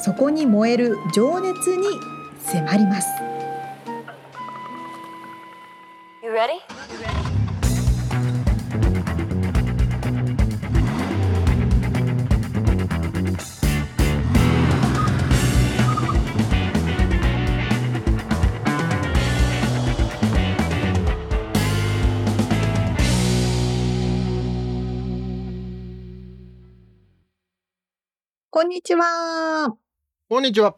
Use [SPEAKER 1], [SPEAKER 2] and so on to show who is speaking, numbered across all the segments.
[SPEAKER 1] そこに燃える情熱に迫ります
[SPEAKER 2] You ready?
[SPEAKER 1] こんにちは
[SPEAKER 3] こんにちは。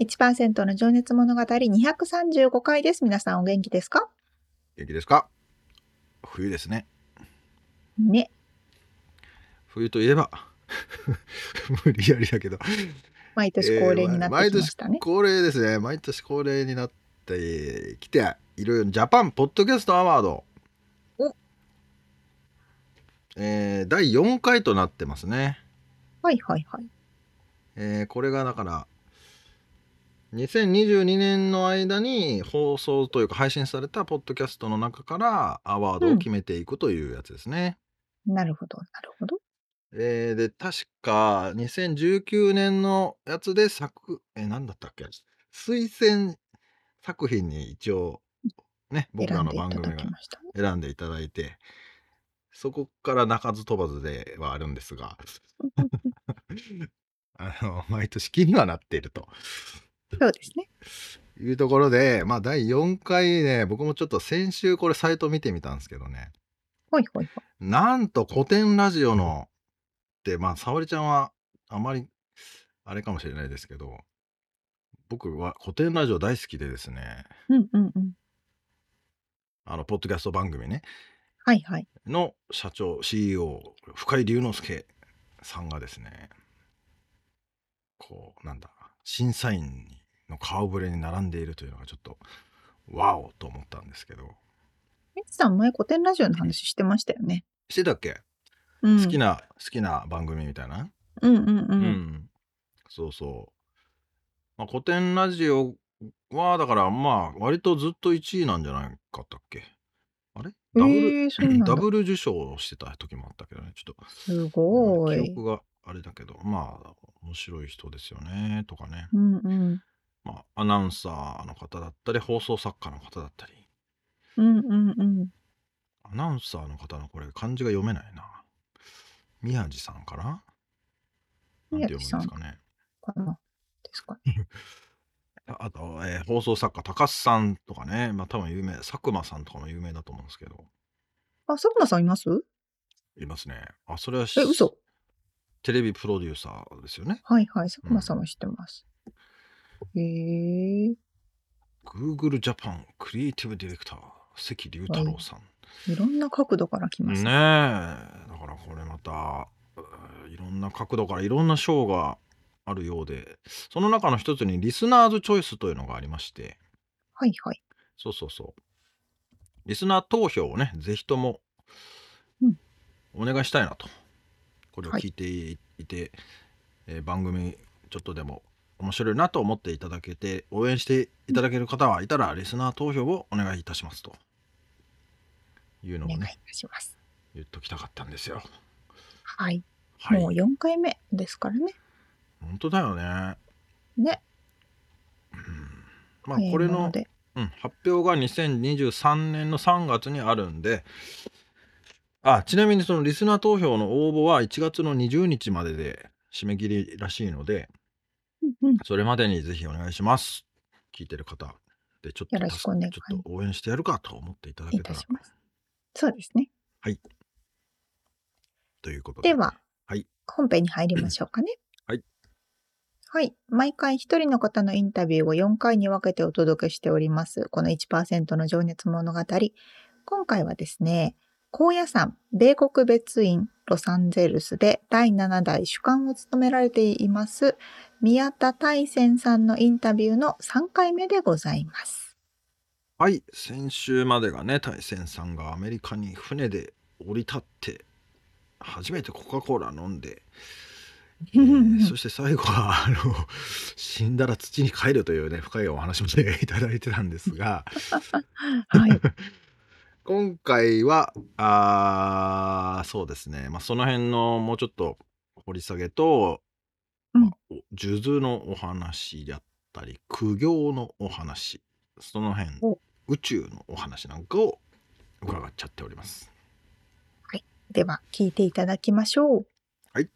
[SPEAKER 1] 1%の情熱物語235回です皆さんお元気ですか
[SPEAKER 3] 元気ですか冬ですね。
[SPEAKER 1] ね
[SPEAKER 3] 冬といえば、 無理やりだけど。
[SPEAKER 1] 毎年恒例になってきましたね
[SPEAKER 3] えー毎年、恒例ですね。毎年恒例になってきて、いろいろジャパンポッドキャストアワード。
[SPEAKER 1] お
[SPEAKER 3] えー第4回となってますね。
[SPEAKER 1] はいはいはい
[SPEAKER 3] えーこれがだから、2022年の間に放送というか配信されたポッドキャストの中からアワードを決めていくというやつですね。
[SPEAKER 1] なるほどなるほど
[SPEAKER 3] えーで、確か、2019年のやつで作、えー、なんだったっけ推薦作品に一応、ね、僕
[SPEAKER 1] 選
[SPEAKER 3] ら
[SPEAKER 1] ん
[SPEAKER 3] の
[SPEAKER 1] でいた
[SPEAKER 3] 番組
[SPEAKER 1] だ
[SPEAKER 3] が
[SPEAKER 1] きましたね
[SPEAKER 3] 選んでいただいて、そこから鳴かず飛ばずではあるんですが、 あの、毎年気にはなっていると
[SPEAKER 1] そうですね
[SPEAKER 3] いうところで、まあ、第4回ね、僕もちょっと先週これサイト見てみたんですけどね、
[SPEAKER 1] はいはいはい
[SPEAKER 3] なんと古典ラジオのって、まあ、沙織ちゃんはあまりあれかもしれないですけど、僕は古典ラジオ大好きでですね、
[SPEAKER 1] うんうんうん
[SPEAKER 3] あの、ポッドキャスト番組ね、
[SPEAKER 1] はいはい
[SPEAKER 3] の社長、CEO、深井龍之介さんがですね、こう、なんだ、審査員の顔ぶれに並んでいるというのがちょっと、ワオと思ったんですけど、
[SPEAKER 1] みつさん前古典ラジオの話してましたよね、
[SPEAKER 3] してたっけ、
[SPEAKER 1] うん、
[SPEAKER 3] 好きな、好きな番組みたいな
[SPEAKER 1] うんうんうん、
[SPEAKER 3] うん、そうそう、まあ、古典ラジオはだからまあ割とずっと1位なんじゃないかったっけあれダブ ル、
[SPEAKER 1] えー、そうなんだ
[SPEAKER 3] ダ。ブル受賞してた時もあったけどねちょっと
[SPEAKER 1] すご
[SPEAKER 3] 記
[SPEAKER 1] い。
[SPEAKER 3] 憶があれだけどまあ面白い人ですよねとかね、
[SPEAKER 1] うんうん。
[SPEAKER 3] まあ、アナウンサーの方だったり放送作家の方だったり
[SPEAKER 1] うんうんうん。
[SPEAKER 3] アナウンサーの方のこれ漢字が読めないな宮地さんかななんて読むんですかね
[SPEAKER 1] かな。ですかね。
[SPEAKER 3] ああと、えー放送作家、高須さんとかね、まあ多分有名、佐久間さんとかも有名だと思うんですけど、
[SPEAKER 1] あ、佐久間さんいます
[SPEAKER 3] いますね。あ、それはし
[SPEAKER 1] え、嘘。
[SPEAKER 3] テレビプロデューサーですよね。
[SPEAKER 1] はいはい。佐久間さんは知ってます。へえ
[SPEAKER 3] Google Japan クリエイティブディレクター、関龍太郎さん。
[SPEAKER 1] いろんな角度から来ま
[SPEAKER 3] ねえ、
[SPEAKER 1] す
[SPEAKER 3] だ
[SPEAKER 1] ね。
[SPEAKER 3] からこれまた、えーいろんな角度からいろんな賞があるようで、その中の一つにリスナーズチョイスというのがありまして、
[SPEAKER 1] はいはい。
[SPEAKER 3] そうそうそう。リスナー投票をね、ぜひとも
[SPEAKER 1] うん
[SPEAKER 3] お願いしたいなと。これを
[SPEAKER 1] はい
[SPEAKER 3] 聞いていて、えー番組ちょっとでも面白いなと思っていただけて、応援していただける方はいたら、リスナー投票をお願いいたしますと。いう
[SPEAKER 1] お
[SPEAKER 3] のを
[SPEAKER 1] 願いい
[SPEAKER 3] ね、
[SPEAKER 1] たします。
[SPEAKER 3] 言っときたかったんですよ。
[SPEAKER 1] はい。
[SPEAKER 3] はい
[SPEAKER 1] もう。4回目ですからね。
[SPEAKER 3] 本当だよね。
[SPEAKER 1] ね。
[SPEAKER 3] まあ、これ
[SPEAKER 1] 早いも
[SPEAKER 3] の、
[SPEAKER 1] で。
[SPEAKER 3] うん、発表が2023年の3月にあるんであちなみにそのリスナー投票の応募は1月の20日までで締め切りらしいので
[SPEAKER 1] うんうん。
[SPEAKER 3] それまでにぜひお願いします聞いてる方でちょっと
[SPEAKER 1] よろしくお願い
[SPEAKER 3] ちょっと応援してやるかと思っていただけ
[SPEAKER 1] い
[SPEAKER 3] た
[SPEAKER 1] た
[SPEAKER 3] ら
[SPEAKER 1] します。そうですね。
[SPEAKER 3] ということで
[SPEAKER 1] では、
[SPEAKER 3] はい
[SPEAKER 1] 本編に入りましょうかね。
[SPEAKER 3] はい。
[SPEAKER 1] はい。毎回一人の方のインタビューを4回に分けてお届けしております。この1%の情熱物語。今回はですね、高野山米国別院ロサンゼルスで第7代主幹を務められています
[SPEAKER 4] 宮田大仙さんのインタビューの3回目でございます。
[SPEAKER 3] はい先週までがね大仙さんがアメリカに船で降り立って初めてコカ・コーラ飲んで、えーそして最後はあの死んだら土に帰るというね深いお話もね いただいてたんですが
[SPEAKER 4] はい。
[SPEAKER 3] 今回はあーそうですね、まあ、その辺のもうちょっと掘り下げと、
[SPEAKER 4] うん
[SPEAKER 3] まあお数珠のお話だったり苦行のお話その辺
[SPEAKER 4] お
[SPEAKER 3] 宇宙のお話なんかを伺っちゃっております。
[SPEAKER 4] では、聞いていただきましょう。
[SPEAKER 3] はい。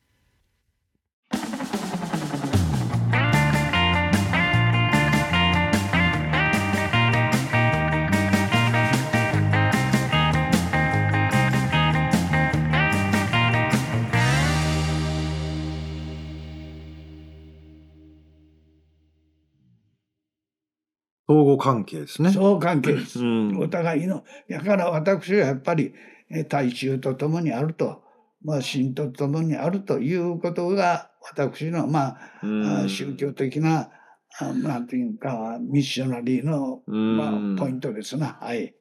[SPEAKER 3] 相互関係ですね
[SPEAKER 5] そう関係です。
[SPEAKER 3] うん
[SPEAKER 5] お互いの。だから私はやっぱり、えー大衆と共にあると、まあ、神と共にあるということが、私の、まあ、あ宗教的な、あなんていうか、ミッショナリーの、まあ、ポイントですな。はい。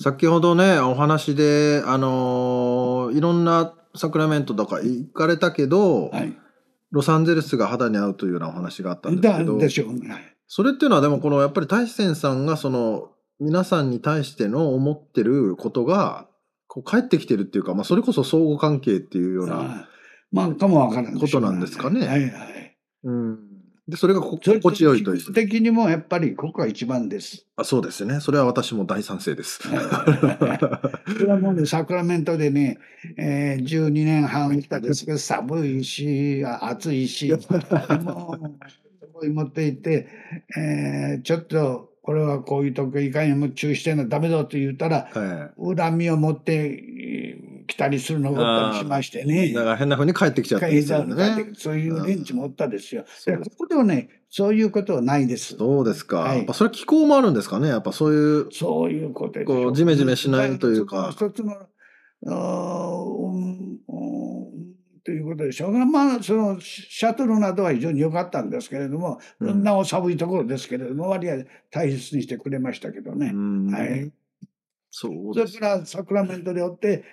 [SPEAKER 3] 先ほどねお話であのーいろんなサクラメントとか行かれたけど、
[SPEAKER 5] はい。
[SPEAKER 3] ロサンゼルスが肌に合うというようなお話があったんです
[SPEAKER 5] だ
[SPEAKER 3] けど
[SPEAKER 5] でしょうね。
[SPEAKER 3] それっていうのはでもこのやっぱり大仙さんがその皆さんに対しての思ってることがこう返ってきてるっていうか、まあ、それこそ相互関係っていうような、
[SPEAKER 5] あまあ、かもわからんしょう
[SPEAKER 3] ことなんですかね
[SPEAKER 5] はいはい。
[SPEAKER 3] うん、でそれがこ
[SPEAKER 5] それ
[SPEAKER 3] 心地よいとい
[SPEAKER 5] 気持ち
[SPEAKER 3] う
[SPEAKER 5] 的にもやっぱりここが一番です。
[SPEAKER 3] あそうですねそれは私も大賛成です。
[SPEAKER 5] それはもうね、サクラメントでね、えー、12年半行ったんですけど、寒いし、あ暑いし、もう、そこに持って行って、えーちょっと、これはこういうとこいかにも注意してなダメだと言ったら、
[SPEAKER 3] は
[SPEAKER 5] 恨みを持ってえー来たりするのがおったりしまして
[SPEAKER 3] い、
[SPEAKER 5] ね。
[SPEAKER 3] だから変な風に返ってきちゃったんですよね。
[SPEAKER 5] そういう連中もおったですよ。
[SPEAKER 3] そう
[SPEAKER 5] だからここではね、そういうことはないです。
[SPEAKER 3] そうですか。
[SPEAKER 5] はい
[SPEAKER 3] やっぱそれ気候もあるんですかね。やっぱそういう。
[SPEAKER 5] そういうことでしょ
[SPEAKER 3] こうジメジメしないというか
[SPEAKER 5] 一つの、あーうんうんということでしょうが、まあ、そのシャトルなどは非常に良かったんですけれども、
[SPEAKER 3] うん
[SPEAKER 5] なお寒いところですけれども、割合大切にしてくれましたけどね。
[SPEAKER 3] うん
[SPEAKER 5] はい。
[SPEAKER 3] そう
[SPEAKER 5] それ
[SPEAKER 3] ですね。
[SPEAKER 5] からサクラメントでおって、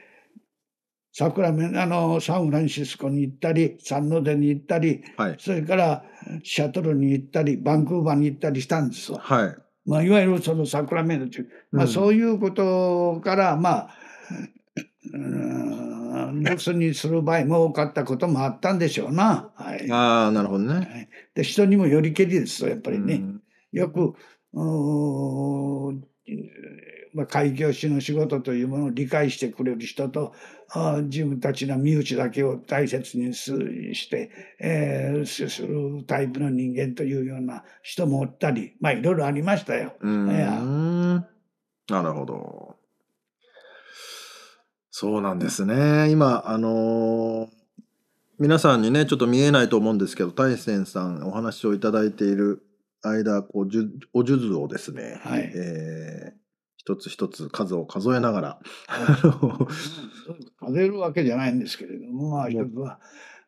[SPEAKER 5] サクラメンあのサンフランシスコに行ったり、サンノゼに行ったり、
[SPEAKER 3] はい。
[SPEAKER 5] それからシャトルに行ったり、バンクーバーに行ったりしたんですわ。
[SPEAKER 3] はい。
[SPEAKER 5] まあ、いわゆるそのサクラメントという、まあ、
[SPEAKER 3] うん
[SPEAKER 5] そういうことから、まあ、うーん、ロスにする場合も多かったこともあったんでしょうな。はい。は
[SPEAKER 3] ああ、なるほどね。
[SPEAKER 5] い、で人にもよりけりですよ、やっぱり
[SPEAKER 3] う
[SPEAKER 5] ね。
[SPEAKER 3] ん
[SPEAKER 5] よく、うーんまあ、開業師の仕事というものを理解してくれる人と、あー自分たちの身内だけを大切にすして、えーすするタイプの人間というような人もおったり、まあ、いろいろありましたよ。
[SPEAKER 3] うん
[SPEAKER 5] いや
[SPEAKER 3] なるほど。そうなんですね。今、あのー皆さんにね、ちょっと見えないと思うんですけど、大仙さんお話をいただいている間、こう、じゅお数珠をですね、
[SPEAKER 5] はい
[SPEAKER 3] えー一つ一つ数を数えながら、あの
[SPEAKER 5] 食べるわけじゃないんですけれども、まあ、一つは、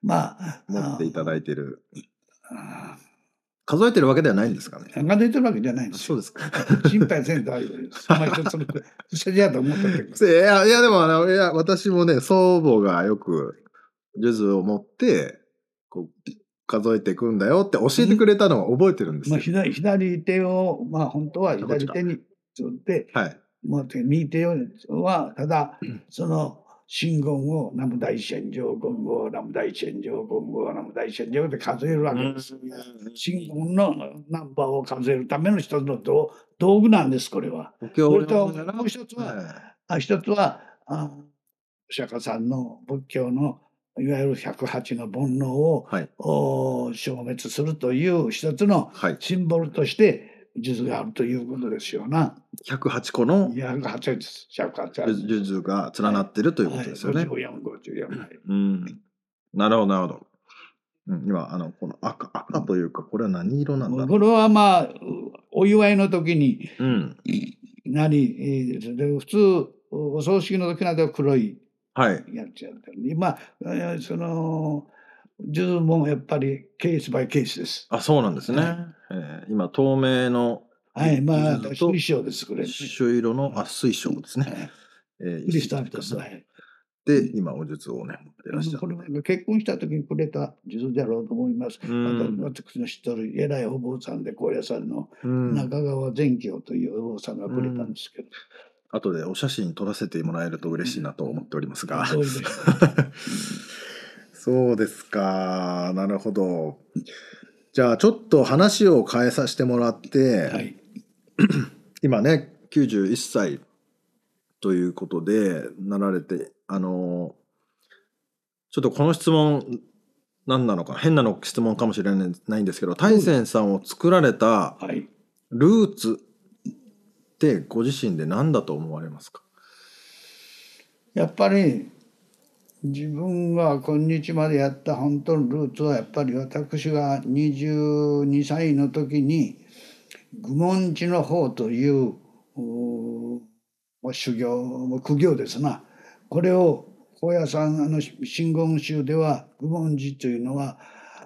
[SPEAKER 5] まあ、
[SPEAKER 3] 持っていただいている。
[SPEAKER 5] あ
[SPEAKER 3] 数えてるわけではないんですかね。
[SPEAKER 5] ーが出てるわけじゃないんですよ。
[SPEAKER 3] うですか。
[SPEAKER 5] 心配せんとああいう、その一つの、それじゃと思ったけど。
[SPEAKER 3] いや、いや、でも、あの、いや、私もね、祖母がよく、数珠を持って、こう、数えていくんだよって教えてくれたのは覚えてるんです
[SPEAKER 5] まあ、
[SPEAKER 3] よ。
[SPEAKER 5] 左左手を、まあ、本当は左手に取って、
[SPEAKER 3] はい。
[SPEAKER 5] もう右手は、ただ、その、真言を、南無大戦上言語、南無大戦上言語、南無大戦上で数えるわけです。真言のナンバーを数えるための一つの道道具なんです、これは。
[SPEAKER 3] お経
[SPEAKER 5] そ
[SPEAKER 3] を
[SPEAKER 5] れと、もう一つは、
[SPEAKER 3] は
[SPEAKER 5] あ一つはあお釈迦さんの仏教のいわゆる108の煩悩を
[SPEAKER 3] い。はい。
[SPEAKER 5] お消滅するという一つの
[SPEAKER 3] はい。
[SPEAKER 5] シンボルとして術があるということですよな。
[SPEAKER 3] 108個の
[SPEAKER 5] 108です。108
[SPEAKER 3] 数珠が連なってるということですよね。
[SPEAKER 5] はい、54、54。はい
[SPEAKER 3] うん。なるほど、なるほど。うん、今、あの、この赤、赤というか、これは何色なんだろ
[SPEAKER 5] こ
[SPEAKER 3] う。
[SPEAKER 5] れはまあうお祝いの時に
[SPEAKER 3] うん。
[SPEAKER 5] なりえーで普通お葬式の時などは黒い
[SPEAKER 3] はい。
[SPEAKER 5] やっちゃった。今、えーその、ジュズもやっぱりケースバイケースです。
[SPEAKER 3] あ、そうなんですね。
[SPEAKER 5] は
[SPEAKER 3] えー今、透明の
[SPEAKER 5] はい、まあ
[SPEAKER 3] ジュ、ズと
[SPEAKER 5] 水晶です、これ。
[SPEAKER 3] 朱色の、あ、水晶ですね。
[SPEAKER 5] はい
[SPEAKER 3] えー
[SPEAKER 5] クリスタルです。
[SPEAKER 3] 石
[SPEAKER 5] はい
[SPEAKER 3] で、今、お術をね、持ってらっしゃ
[SPEAKER 5] これ
[SPEAKER 3] る。
[SPEAKER 5] は結婚した時にくれた地図だろうと思います。
[SPEAKER 3] う
[SPEAKER 5] また
[SPEAKER 3] ん。
[SPEAKER 5] 私の知ってる偉いお坊さんで高野山の
[SPEAKER 3] うん
[SPEAKER 5] 中川善教というお坊さんがくれたんですけど、
[SPEAKER 3] 後でお写真撮らせてもらえると嬉しいなと思っておりますが。
[SPEAKER 5] そうですね
[SPEAKER 3] そうですか。なるほど。じゃあ、ちょっと話を変えさせてもらって、
[SPEAKER 5] はい、
[SPEAKER 3] 今ね91歳ということでなられてあのちょっとこの質問何なのか変なの質問かもしれないんですけど大仙さんを作られた
[SPEAKER 5] はい、
[SPEAKER 3] ルーツってご自身で何だと思われますか
[SPEAKER 5] やっぱり自分が今日までやった本当のルーツはやっぱり私が22歳の時に愚問寺の方といううー修行苦行ですなこれを高野山あの真言宗では愚問寺というのは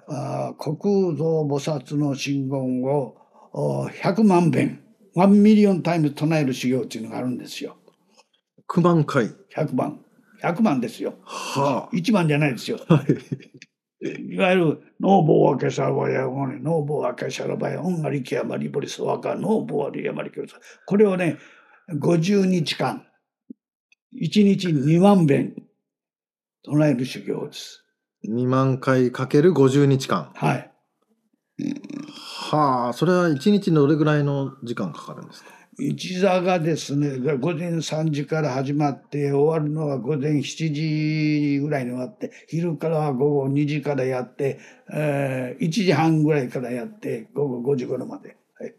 [SPEAKER 5] あー国空蔵菩薩の真言をお100万遍1ミリオンタイム唱える修行というのがあるんですよ
[SPEAKER 3] 9万回
[SPEAKER 5] 100万100万ですよ。
[SPEAKER 3] は
[SPEAKER 5] 一番じゃないですよ。
[SPEAKER 3] あ、はい、
[SPEAKER 5] いわゆる、ノーボーアケシャラバヤゴネ、ノーボーアケシャラバヤ、オンガリキヤマリボリスワカ、ノーボーアリヤマリキヤマリこれをね、50日間、1日2万遍、唱える修行です。
[SPEAKER 3] 2万回かける50日間
[SPEAKER 5] はい。
[SPEAKER 3] はあそれは1日どれぐらいの時間かかるんですか
[SPEAKER 5] 一座がですね、午前3時から始まって、終わるのは午前7時ぐらいに終わって、昼からは午後2時からやって、えー1時半ぐらいからやって、午後5時頃まで。はい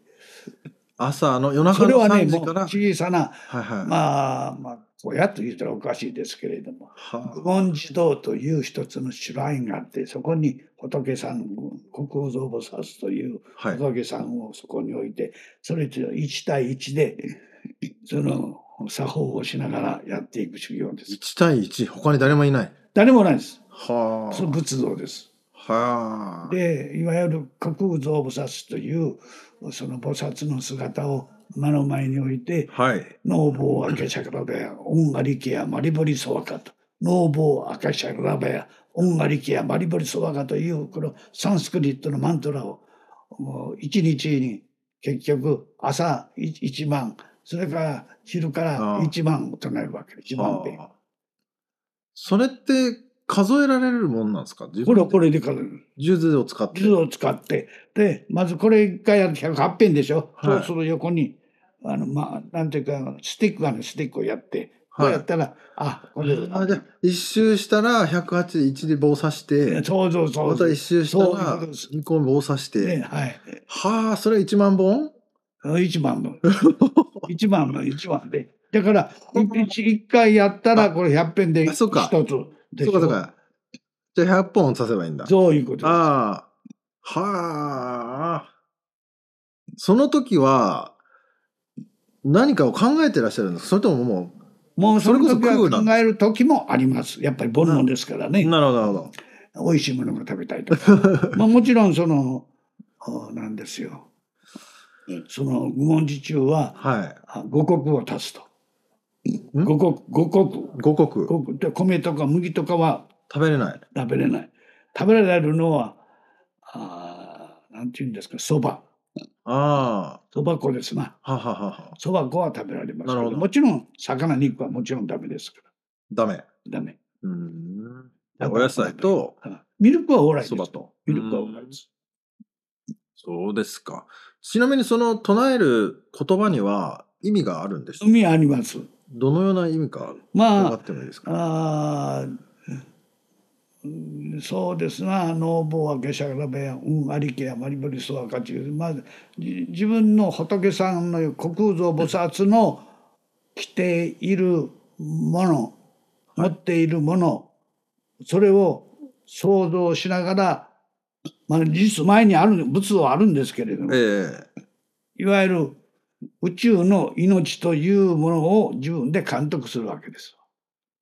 [SPEAKER 3] 朝の夜中
[SPEAKER 5] それ
[SPEAKER 3] の
[SPEAKER 5] はね、
[SPEAKER 3] 3
[SPEAKER 5] も
[SPEAKER 3] 時
[SPEAKER 5] う
[SPEAKER 3] から、
[SPEAKER 5] 小さな、
[SPEAKER 3] はいはい、
[SPEAKER 5] まあ、まあ、親と言ったらおかしいですけれども、
[SPEAKER 3] はあ
[SPEAKER 5] 愚問寺堂という一つのシュラインがあって、そこに仏さん、国宝蔵菩薩という
[SPEAKER 3] はい。
[SPEAKER 5] 仏さんをそこに置いて、それと1対1で、その作法をしながらやっていく修行です。
[SPEAKER 3] 1対1、他に誰もいない。
[SPEAKER 5] 誰もないです。
[SPEAKER 3] は
[SPEAKER 5] その仏像です。
[SPEAKER 3] あ。はあ。
[SPEAKER 5] でいわゆる国空蔵菩薩というその菩薩の姿を目の前に置いて
[SPEAKER 3] はい。
[SPEAKER 5] ノーボーアケシャクラベア、オンガリケア、マリボリソワカと、ノーボーアケシャクラベア、オンガリケア、マリボリソワカという、このサンスクリットのマントラを、もう一日に結局朝1万、それから昼から
[SPEAKER 3] ああ
[SPEAKER 5] 1万を唱えるわけ、1万遍。
[SPEAKER 3] はあそれって数えられるもんなんですか
[SPEAKER 5] これをこ
[SPEAKER 3] れ。
[SPEAKER 5] れで数える。
[SPEAKER 3] 数珠を使って。
[SPEAKER 5] 地図を使って、で、まずこれ一回やると108遍でしょ。
[SPEAKER 3] はい
[SPEAKER 5] そうする横に、あの、まあ、なんていうか、スティックがね、スティックをやって、こ
[SPEAKER 3] は
[SPEAKER 5] う
[SPEAKER 3] い
[SPEAKER 5] やったら、あ、これ、
[SPEAKER 3] あじゃあ、一周したら108で1で棒刺して、
[SPEAKER 5] そうそうそう。
[SPEAKER 3] また一周した
[SPEAKER 5] そういう
[SPEAKER 3] ら
[SPEAKER 5] ことです
[SPEAKER 3] 2個棒刺して。
[SPEAKER 5] ね、はい。
[SPEAKER 3] はあ、それ1万本
[SPEAKER 5] 一 番の。一番の一番で。だから、い一一回やったら、これ100遍で
[SPEAKER 3] あ
[SPEAKER 5] 一つ
[SPEAKER 3] そうか
[SPEAKER 5] でし
[SPEAKER 3] そ
[SPEAKER 5] ょ
[SPEAKER 3] うかそうか。じゃあ100本刺せばいいんだ。
[SPEAKER 5] そういうことです。
[SPEAKER 3] ああ、はあ。その時は、何かを考えてらっしゃるんですかそれともも
[SPEAKER 5] もうそれこそ
[SPEAKER 3] それこそ空なん
[SPEAKER 5] 考える時もあります。やっぱり煩悩ですからね
[SPEAKER 3] う。。なるほど、なるほど。
[SPEAKER 5] 美味しいものが食べたい とか。まあもちろんその、あなんですよ。その愚問寺中は、
[SPEAKER 3] はい。
[SPEAKER 5] あ五穀を足すと。
[SPEAKER 3] ん
[SPEAKER 5] 五穀、五穀。
[SPEAKER 3] 五穀。
[SPEAKER 5] 五穀で米とか麦とかは
[SPEAKER 3] 食べれない。
[SPEAKER 5] 食べれない。食べられるのは、あーなんて言うんですか、そば。
[SPEAKER 3] あ
[SPEAKER 5] そば粉ですな。
[SPEAKER 3] あ、はははは。
[SPEAKER 5] そば粉は食べられます
[SPEAKER 3] な
[SPEAKER 5] け
[SPEAKER 3] る
[SPEAKER 5] ど
[SPEAKER 3] ほど
[SPEAKER 5] もちろん魚肉はもちろんダメですか
[SPEAKER 3] ダメ。
[SPEAKER 5] ら。ダメ。
[SPEAKER 3] うーん。お野菜と
[SPEAKER 5] うん、ミルクはオーライです
[SPEAKER 3] そば。と。
[SPEAKER 5] ミルクはオーライです。
[SPEAKER 3] そうですか。ちなみにその唱える言葉には意味があるんでしょ
[SPEAKER 5] 海あります。
[SPEAKER 3] どのような意味か
[SPEAKER 5] まあ
[SPEAKER 3] 伺っ、てもいいですか
[SPEAKER 5] あーうんそうですな、ノーボーアケシャラベア、うん、アリケア、マリブリソワカチュウ、まず、じ自分の仏さんの国空蔵菩薩の着ているもの、持っているもの、それを想像しながら、まあ、実前にある仏はあるんですけれども、
[SPEAKER 3] ええ
[SPEAKER 5] いわゆる宇宙の命というものを自分で監督するわけです。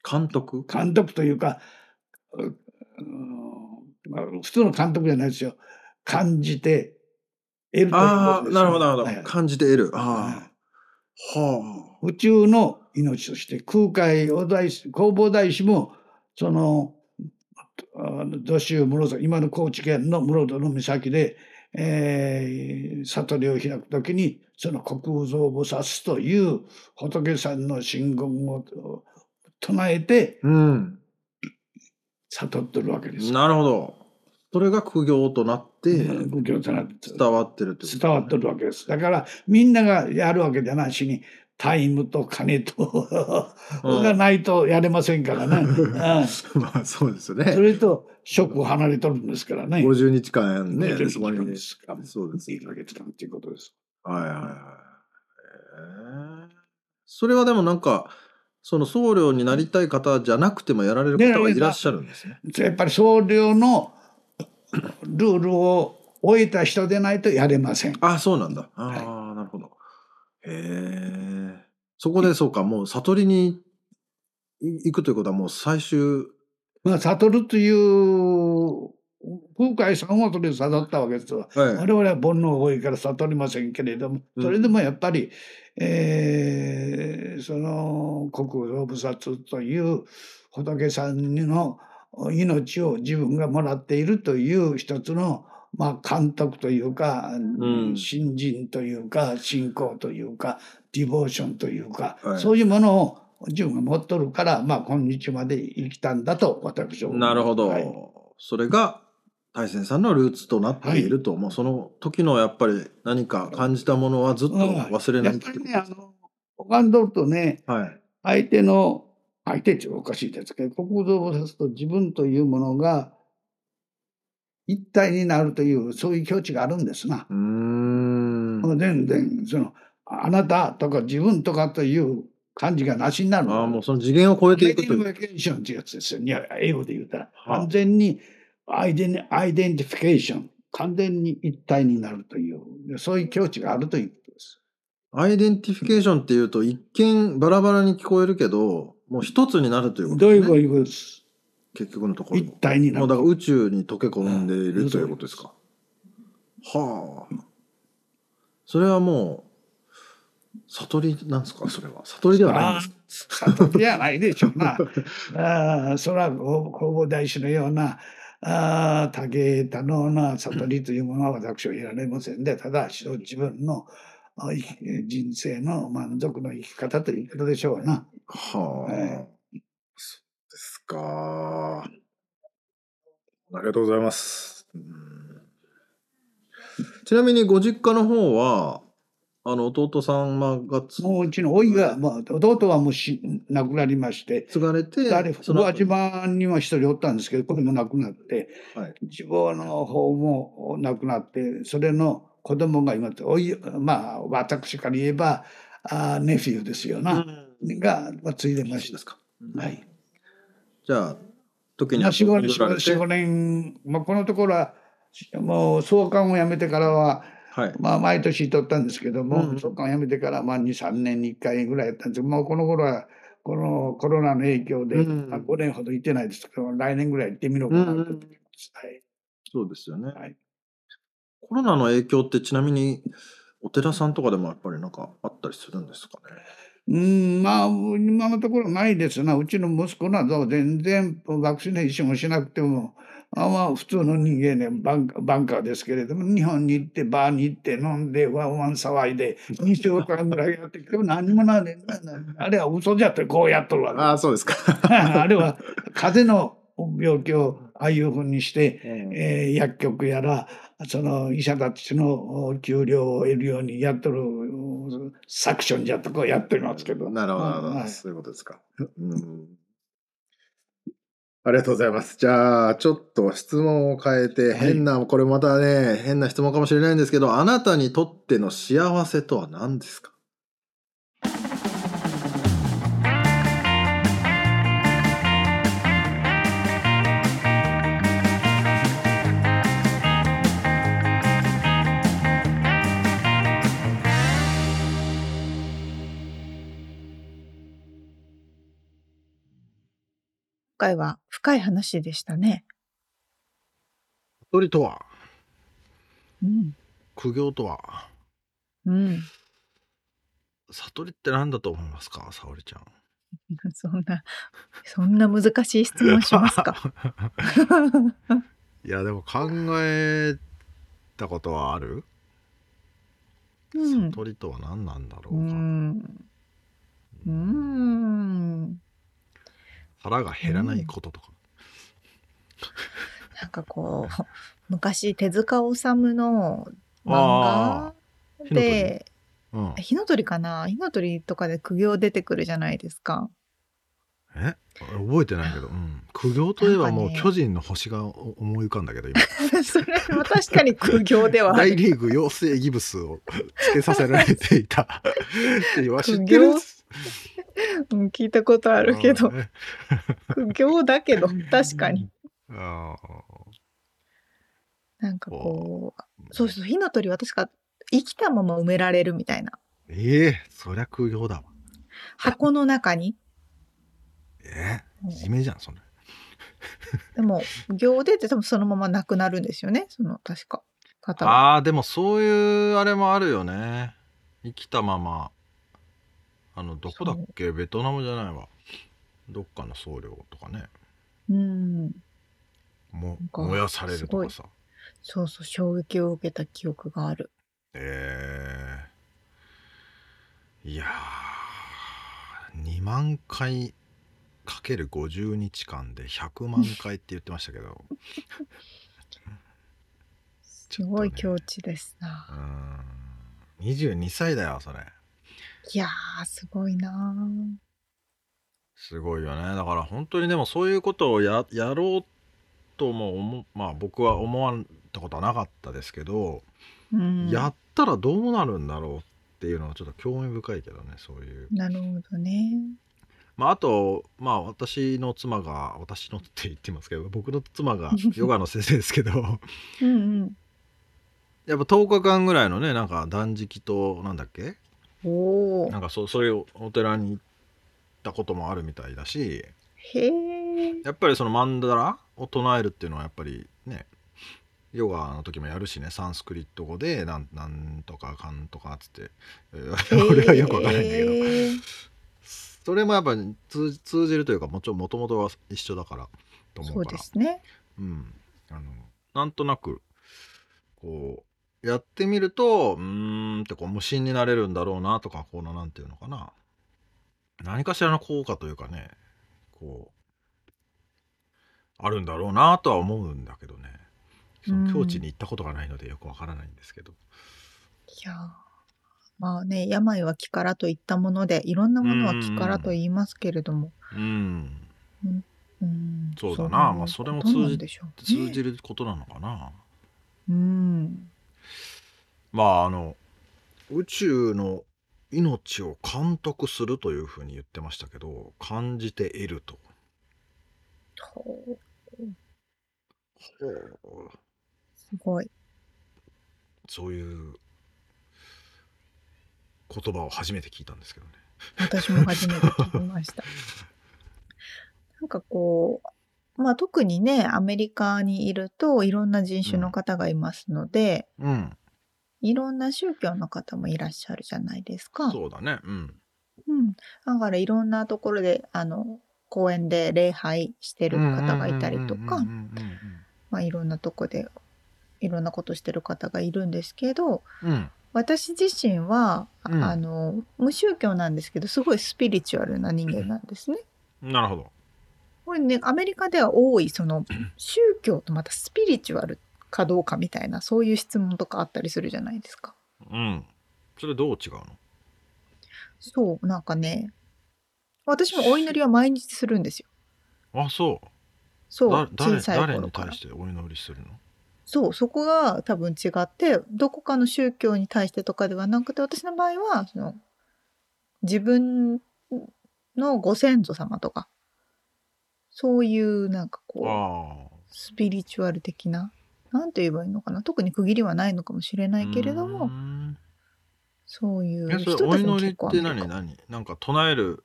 [SPEAKER 3] 監督
[SPEAKER 5] 監督というか、ううーんまあ、普通の監督じゃないですよ。感じて得るという
[SPEAKER 3] ああ、
[SPEAKER 5] ことです
[SPEAKER 3] なるほど、なるほ
[SPEAKER 5] はい
[SPEAKER 3] ど。感じて得る。
[SPEAKER 5] は
[SPEAKER 3] ああ。は
[SPEAKER 5] 宇宙の命として空海お大師弘法大師もそのあの土州室戸今の高知県の室戸の岬で、えー悟りを開く時にその国像菩薩という仏さんの信言を唱えて
[SPEAKER 3] あ。うん。
[SPEAKER 5] 悟ってるわけです。
[SPEAKER 3] なるほど。それが苦行となって、
[SPEAKER 5] 仏教となって
[SPEAKER 3] 伝わってるってこと
[SPEAKER 5] 伝わってるわけです。だからみんながやるわけじゃないしにタイムと金と
[SPEAKER 3] うん
[SPEAKER 5] がないとやれませんからね。うん
[SPEAKER 3] まあ、そうですよ
[SPEAKER 5] そ
[SPEAKER 3] ね。
[SPEAKER 5] れと、職を離れとるんですからね。
[SPEAKER 3] 50日間ね、
[SPEAKER 5] 50日間
[SPEAKER 3] そこに
[SPEAKER 5] ですか
[SPEAKER 3] そうです。
[SPEAKER 5] 1ヶ月間っていうことです。
[SPEAKER 3] はいはいはい。えーそれはでもなんか、その僧侶になりたい方じゃなくてもやられる方はいらっしゃるんですね。
[SPEAKER 5] やっぱり僧侶のルールを終えた人でないとやれません。
[SPEAKER 3] あそうなんだ。ああ、なるほど。へえ。そこでそうか、もう悟りにい行くということはもう最終、
[SPEAKER 5] まあ、悟るという、空海さんはそれを悟ったわけですわ。 我
[SPEAKER 3] はい、
[SPEAKER 5] 々は煩悩が多いから悟りませんけれども、
[SPEAKER 3] うん
[SPEAKER 5] それでもやっぱり、えーその国土菩薩という仏さんの命を自分がもらっているという一つの、まあ、監督というか、
[SPEAKER 3] ん
[SPEAKER 5] 信心というか信仰というかディボーションというか、
[SPEAKER 3] はい
[SPEAKER 5] そういうものを自分が持っとるから、まあ、今日まで生きたんだと私は思います
[SPEAKER 3] なるほど。
[SPEAKER 5] はい
[SPEAKER 3] それが大仙さんのルーツとなっていると、もうその時のやっぱり何か感じたものはずっと忘れな
[SPEAKER 5] や
[SPEAKER 3] い
[SPEAKER 5] っ
[SPEAKER 3] っ
[SPEAKER 5] ぱ
[SPEAKER 3] て
[SPEAKER 5] り
[SPEAKER 3] こと
[SPEAKER 5] ねあの拝んどるとね
[SPEAKER 3] はい。
[SPEAKER 5] 相手の相手っていうのはおかしいですけど国土を指すと自分というものが一体になるというそういう境地があるんですな。
[SPEAKER 3] うーん。
[SPEAKER 5] 全然そのあなたとか自分とかという感じがなしになる
[SPEAKER 3] ああ、もうその次元を超えて
[SPEAKER 5] アイ
[SPEAKER 3] い
[SPEAKER 5] デ
[SPEAKER 3] く
[SPEAKER 5] ン
[SPEAKER 3] と
[SPEAKER 5] テ
[SPEAKER 3] いう。
[SPEAKER 5] ィフィケーションっていうやつですよ。いや英語で言うたら
[SPEAKER 3] はあ
[SPEAKER 5] 完全にアイデンアイデンティフィケーション完全に一体になるというそういう境地があるということです。
[SPEAKER 3] アイデンティフィケーションっていうと一見バラバラに聞こえるけど、もう一つになるということ
[SPEAKER 5] どう
[SPEAKER 3] で
[SPEAKER 5] い
[SPEAKER 3] すね。
[SPEAKER 5] うこということです。
[SPEAKER 3] 結局のところ。
[SPEAKER 5] 一体にな
[SPEAKER 3] もう
[SPEAKER 5] る
[SPEAKER 3] だ。から宇宙に溶け込んでい
[SPEAKER 5] うん
[SPEAKER 3] るということですか。はあ。それはもう、悟りなんですかそれは。悟りではないんですか
[SPEAKER 5] 悟りじゃないでしょうな。 ああそれは弘法大師のようなああ竹多能な悟りというものは私は得られませんでただ一度自分のあい人生の満足の生き方ということでしょうな。
[SPEAKER 3] はあ、
[SPEAKER 5] はい
[SPEAKER 3] そうですか。ありがとうございます。うんちなみにご実家の方は、あの弟さんがつ
[SPEAKER 5] もううちの甥いが、まあ、弟はもうし亡くなりまして
[SPEAKER 3] 継がれて、
[SPEAKER 5] あれ
[SPEAKER 3] その
[SPEAKER 5] 福和島には一人おったんですけどこれも亡くなって
[SPEAKER 3] はい
[SPEAKER 5] 自分の方も亡くなってそれの子供が今おいまあ私から言えばあネフィーですよな、が、まあ、継いでま
[SPEAKER 3] 後
[SPEAKER 5] し
[SPEAKER 3] で
[SPEAKER 5] た
[SPEAKER 3] す。か。
[SPEAKER 5] はい、
[SPEAKER 3] じゃあ、時に
[SPEAKER 5] まあ
[SPEAKER 3] は戻られ
[SPEAKER 5] 4 5年
[SPEAKER 3] て
[SPEAKER 5] 4 5年、まあ、このところはもう総監を辞めてからは、
[SPEAKER 3] はい。
[SPEAKER 5] まあ、毎年取ったんですけども、
[SPEAKER 3] うんうん
[SPEAKER 5] 総監を辞めてから、まあ、23年に1回ぐらいやったんですけどもうこの頃はこのコロナの影響で、
[SPEAKER 3] うん
[SPEAKER 5] まあ、5年ほど行ってないですけど来年ぐらい行ってみようかなと思ってます。はい
[SPEAKER 3] そうですよね、
[SPEAKER 5] はい
[SPEAKER 3] コロナの影響ってちなみに、お寺さんとかでもやっぱりなんかあったりするんですかね。
[SPEAKER 5] うん、まあ、今のところないですな。うちの息子など全然ワクチネーションをしなくても、あまあ、普通の人間ね、バンカバンカーですけれども、日本に行って、バーに行って、飲んで、ワンワン騒いで、2週間ぐらいやってきても何にもなんで、ななあれは嘘じゃって、こうやっとるわ
[SPEAKER 3] あ、そうですか。
[SPEAKER 5] け。あれは、風邪の病気をああいうふうにして、
[SPEAKER 3] え
[SPEAKER 5] えー薬局やらその医者たちのお給料を得るようにやっとるうんサクションじゃとこうやってますけど。
[SPEAKER 3] なるほど、なるほど
[SPEAKER 5] はい
[SPEAKER 3] そういうことですか。うん。ありがとうございます。じゃあ、ちょっと質問を変えて、
[SPEAKER 5] い
[SPEAKER 3] 変な、これまたね、変な質問かもしれないんですけど、あなたにとっての幸せとは何ですか
[SPEAKER 1] 今回は深い話でしたね。
[SPEAKER 3] 取りとは
[SPEAKER 1] うん。
[SPEAKER 3] 苦行とは
[SPEAKER 1] うん。
[SPEAKER 3] 悟りって何だと思いますか沙織ちゃん
[SPEAKER 1] そんな、そんな難しい質問します か。
[SPEAKER 3] いやでも考えたことはある、
[SPEAKER 1] うん。
[SPEAKER 3] 悟りとは何なんだろ
[SPEAKER 1] う
[SPEAKER 3] うか、
[SPEAKER 1] ん。うん。
[SPEAKER 3] 腹が減らないこととか、
[SPEAKER 1] なんかこう、昔手塚治虫の漫
[SPEAKER 3] あ
[SPEAKER 1] 画
[SPEAKER 3] ー
[SPEAKER 1] で、
[SPEAKER 3] うん
[SPEAKER 1] 火の鳥かな火の鳥とかで苦行出てくるじゃないですか。
[SPEAKER 3] え覚えてないけど、うん、苦行といえばもう
[SPEAKER 1] なんかね
[SPEAKER 3] 巨人の星がお思い浮かんだけど今
[SPEAKER 1] それは確かに苦行で はあ
[SPEAKER 3] 大
[SPEAKER 1] る。
[SPEAKER 3] リーグ養成ギブスをつけさせられて いたって言わ知って
[SPEAKER 1] 苦行
[SPEAKER 3] る
[SPEAKER 1] うん聞いたことあるけど、
[SPEAKER 3] ね
[SPEAKER 1] 苦行だけど、確かに。
[SPEAKER 3] あ
[SPEAKER 1] なんかこう、そうそう、火の鳥は確か生きたまま埋められるみたいな。
[SPEAKER 3] ーええそりゃ苦行だわ
[SPEAKER 1] 箱の中に。
[SPEAKER 3] え
[SPEAKER 1] うん
[SPEAKER 3] いじめじゃんそれ
[SPEAKER 1] でも、行でって多分そのままなくなるんですよね。その、確か。方は。
[SPEAKER 3] あーでもそういうあれもあるよね生きたままあのどこだっけベトナムじゃないわどっかの僧侶とかね
[SPEAKER 1] うん。
[SPEAKER 3] も
[SPEAKER 1] なんか
[SPEAKER 3] 燃やされるとかさ
[SPEAKER 1] そうそう、衝撃を受けた記憶がある。
[SPEAKER 3] えー、いやー2万回かける50日間で100万回って言ってましたけど
[SPEAKER 1] すごい
[SPEAKER 3] ちょっ
[SPEAKER 1] 境
[SPEAKER 3] とね
[SPEAKER 1] 地ですな。
[SPEAKER 3] うーん22歳だよそれ
[SPEAKER 1] いやー、すごいなー
[SPEAKER 3] すごいよねだから本当にでもそういうことをややろうとも思まあ僕は思わんったことはなかったですけど、
[SPEAKER 1] うん。
[SPEAKER 3] やったらどうなるんだろうっていうのはちょっと興味深いけどねそういう
[SPEAKER 1] なるほどね。
[SPEAKER 3] まあ、あと、まあ、私の妻が私のって言ってますけど僕の妻がヨガの先生ですけど
[SPEAKER 1] うん
[SPEAKER 3] やっぱ10日間ぐらいのねなんか断食となんだっけ
[SPEAKER 1] うん。おお
[SPEAKER 3] な。んかそそれをお寺に行ったこともあるみたいだし
[SPEAKER 1] へえ。
[SPEAKER 3] やっぱりそのマンダラを唱えるっていうのはやっぱりねヨガの時もやるしねサンスクリット語でなんなんとかかんとかっつって、えー 俺はよくわからないんだけど
[SPEAKER 1] へー
[SPEAKER 3] それもやっぱり通通じるというかもちろんもともとは一緒だからと思
[SPEAKER 1] そうう
[SPEAKER 3] から
[SPEAKER 1] ですね。
[SPEAKER 3] うん、あのなんとなくこうやってみるとうーんってこう無心になれるんだろうなとかこのなんていうのかな何かしらの効果というかねこうあるんだろうなとは思うんだけどねその境地に行ったことがないのでよくわからないんですけど、
[SPEAKER 1] いやーまあね、病は気からといったもので、いろんなものは気からと言いますけれども。
[SPEAKER 3] うん、
[SPEAKER 1] うん。
[SPEAKER 3] そうだなまあそれも通じ
[SPEAKER 1] どうなんでしょうね
[SPEAKER 3] 通じることなのかな、
[SPEAKER 1] うん。
[SPEAKER 3] まああの宇宙の命を監督するというふうに言ってましたけど感じて得ると
[SPEAKER 1] ほう
[SPEAKER 3] ほう
[SPEAKER 1] すごい。
[SPEAKER 3] そういう言葉を初めて聞いたんですけどね。
[SPEAKER 1] 私も初めて聞きま した。なんかこう、まあ特にね、アメリカにいるといろんな人種の方がいますので、
[SPEAKER 3] うん、
[SPEAKER 1] いろんな宗教の方もいらっしゃるじゃないですか。
[SPEAKER 3] そうだね。うん。
[SPEAKER 1] うん、だからいろんなところであの公園で礼拝してる方がいたりと
[SPEAKER 3] う
[SPEAKER 1] か
[SPEAKER 3] んうん
[SPEAKER 1] まあいろんなとこでいろんなことしてる方がいるんですけど
[SPEAKER 3] うんうんうん。
[SPEAKER 1] 私自身は、あ
[SPEAKER 3] うん
[SPEAKER 1] あの無宗教なんですけどすごいスピリチュアルな人間なんですね。
[SPEAKER 3] うんなるほど。
[SPEAKER 1] これねアメリカでは多いそ の宗教とまたスピリチュアルかどうかみたいなそういう質問とかあったりするじゃないですか。
[SPEAKER 3] うん。それどう違うの？
[SPEAKER 1] そうなんかね私もお祈りは毎日するんですよ。
[SPEAKER 3] あ、そう。
[SPEAKER 1] そう
[SPEAKER 3] だ
[SPEAKER 1] 小
[SPEAKER 3] 誰
[SPEAKER 1] さい
[SPEAKER 3] 誰
[SPEAKER 1] 頃
[SPEAKER 3] に
[SPEAKER 1] から
[SPEAKER 3] 対し。てお祈りするの？
[SPEAKER 1] そう、そこが多分違って、どこかの宗教に対してとかではなくて、私の場合は、その、自分のご先祖様とか、そういうなんかこう、
[SPEAKER 3] ああ。
[SPEAKER 1] スピリチュアル的な、なんて言えばいいのかな、特に区切りはないのかもしれないけれど
[SPEAKER 3] うー
[SPEAKER 1] も、
[SPEAKER 3] ん
[SPEAKER 1] そういう
[SPEAKER 3] え、
[SPEAKER 1] 人
[SPEAKER 3] それお
[SPEAKER 1] たちも
[SPEAKER 3] 祈り
[SPEAKER 1] 結構
[SPEAKER 3] っ
[SPEAKER 1] アメ
[SPEAKER 3] て
[SPEAKER 1] リカ
[SPEAKER 3] 何何？なんか唱える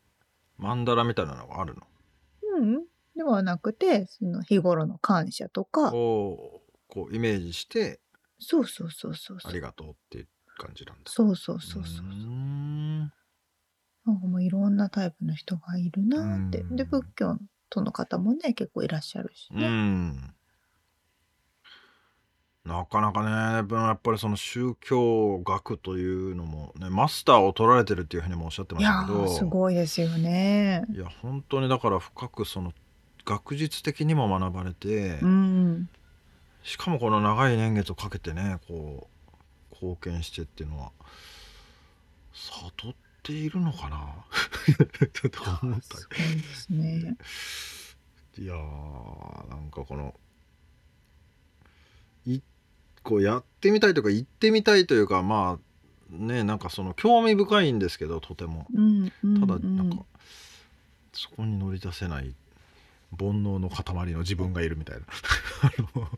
[SPEAKER 3] 曼荼羅みたいなのがあるの？
[SPEAKER 1] うん、ではなくて、その日頃の感謝とか、
[SPEAKER 3] こうこうイメージして
[SPEAKER 1] そうそうそうそう
[SPEAKER 3] あ
[SPEAKER 1] そ
[SPEAKER 3] り
[SPEAKER 1] う
[SPEAKER 3] がとうっていう感じなんだ
[SPEAKER 1] そうそうそうそう
[SPEAKER 3] ーん
[SPEAKER 1] なんかもういろんなタイプの人がいるなって
[SPEAKER 3] うん
[SPEAKER 1] で仏教との方もね結構いらっしゃるし
[SPEAKER 3] う
[SPEAKER 1] ね、
[SPEAKER 3] んなかなかねでもやっぱりその宗教学というのも、ね、マスターを取られてるっていうふうにもおっしゃってま
[SPEAKER 1] い
[SPEAKER 3] し
[SPEAKER 1] や
[SPEAKER 3] たけど
[SPEAKER 1] ーすごいですよね
[SPEAKER 3] いや本当にだから深くその学術的にも学ばれて、
[SPEAKER 1] うん
[SPEAKER 3] しかもこの長い年月をかけてねこう貢献してっていうのは悟っているの かな ちょっと思っ
[SPEAKER 1] す
[SPEAKER 3] た
[SPEAKER 1] ごいですね
[SPEAKER 3] いやーなんかこのいこうやってみたいというか行ってみたいというかまあねなんかその興味深いんですけどとても
[SPEAKER 1] うんうん
[SPEAKER 3] ただ
[SPEAKER 1] うん
[SPEAKER 3] なんか、そこに乗り出せない煩悩の塊の自分がいるみたいなあの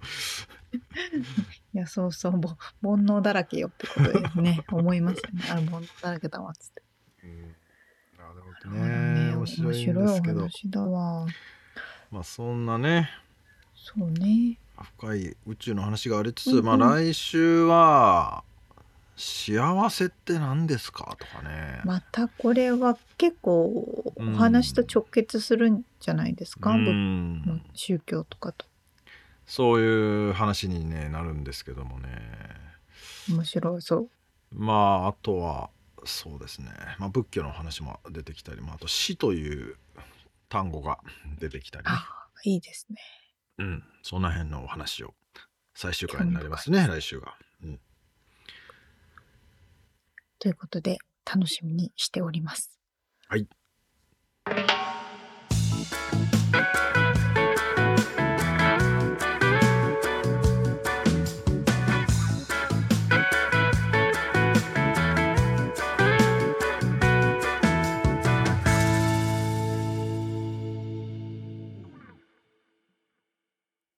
[SPEAKER 1] いやそうそうぼ煩悩だらけよってことで ね思いますよねあ煩悩だらけだわっつって
[SPEAKER 3] うんあでも
[SPEAKER 1] ね
[SPEAKER 3] ね面白いんですけ
[SPEAKER 1] 面白いお
[SPEAKER 3] ど
[SPEAKER 1] 話だわ
[SPEAKER 3] まあそんなね
[SPEAKER 1] そうね
[SPEAKER 3] 深い宇宙の話がありつつ、
[SPEAKER 1] うんうん
[SPEAKER 3] まあ来週は幸せって何ですかとかね、
[SPEAKER 1] またこれは結構お話と直結するんじゃないですか、
[SPEAKER 3] う
[SPEAKER 1] 仏の
[SPEAKER 3] ん、
[SPEAKER 1] 宗教とかと
[SPEAKER 3] そういう話に、ね、なるんですけどもね
[SPEAKER 1] 面白そう
[SPEAKER 3] まああとはそうですね、まあ、仏教の話も出てきたり、まあ、あと死という単語が出てきたりね、
[SPEAKER 1] あいいですね
[SPEAKER 3] うん、その辺のお話を最終回になりますね来週が。うん
[SPEAKER 1] ということで楽しみにしております
[SPEAKER 3] はい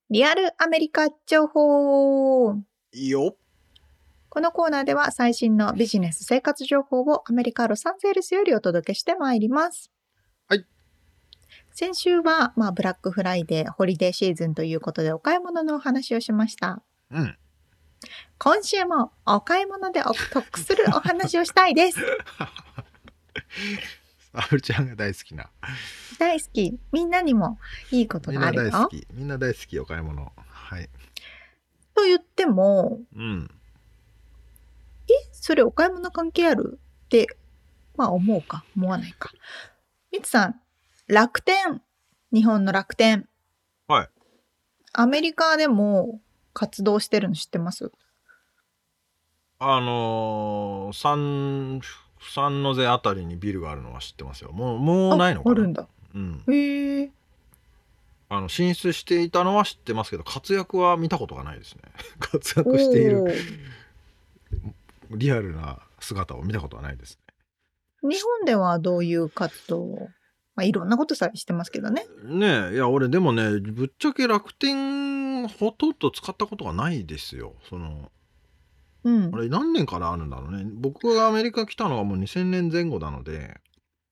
[SPEAKER 1] リアルアメリカ情報
[SPEAKER 3] いいよ
[SPEAKER 1] このコーナーでは最新のビジネス生活情報をアメリカ・ロサンゼルスよりお届けしてまいります。
[SPEAKER 3] はい。
[SPEAKER 1] 先週は、まあ、ブラックフライデー、ホリデーシーズンということでお買い物のお話をしました。
[SPEAKER 3] うん、
[SPEAKER 1] 今週もお買い物でお得するお話をしたいです。
[SPEAKER 3] あるちゃんが大好きな
[SPEAKER 1] 大好き。みんなにもいいこと
[SPEAKER 3] みん
[SPEAKER 1] があ
[SPEAKER 3] な
[SPEAKER 1] る
[SPEAKER 3] 大好
[SPEAKER 1] よ。
[SPEAKER 3] きみんな大好きお買い物はい
[SPEAKER 1] と言っても、
[SPEAKER 3] うん
[SPEAKER 1] それお買い物関係あるって、まあ思うか、思わないか。みつさん、楽天。日本の楽天。
[SPEAKER 3] はい。
[SPEAKER 1] アメリカでも活動してるの知ってます
[SPEAKER 3] あのー、三三の瀬あたりにビルがあるのは知ってますよもうもうないのか
[SPEAKER 1] あ
[SPEAKER 3] な
[SPEAKER 1] あるんだ。
[SPEAKER 3] うん、
[SPEAKER 1] へえ。
[SPEAKER 3] あの進出していたのは知ってますけど活躍は見たことがないですね 活躍している
[SPEAKER 1] おー
[SPEAKER 3] リアルな姿を見たことはないです
[SPEAKER 1] 日本ではどういう活動をまあいろんなことさしてますけどね。
[SPEAKER 3] ねえいや俺でもねぶっちゃけ楽天ほとんど使ったことがないですよその
[SPEAKER 1] うん
[SPEAKER 3] あ。れ何年からあるんだろうね僕がアメリカ来たのはもう2000年前後なので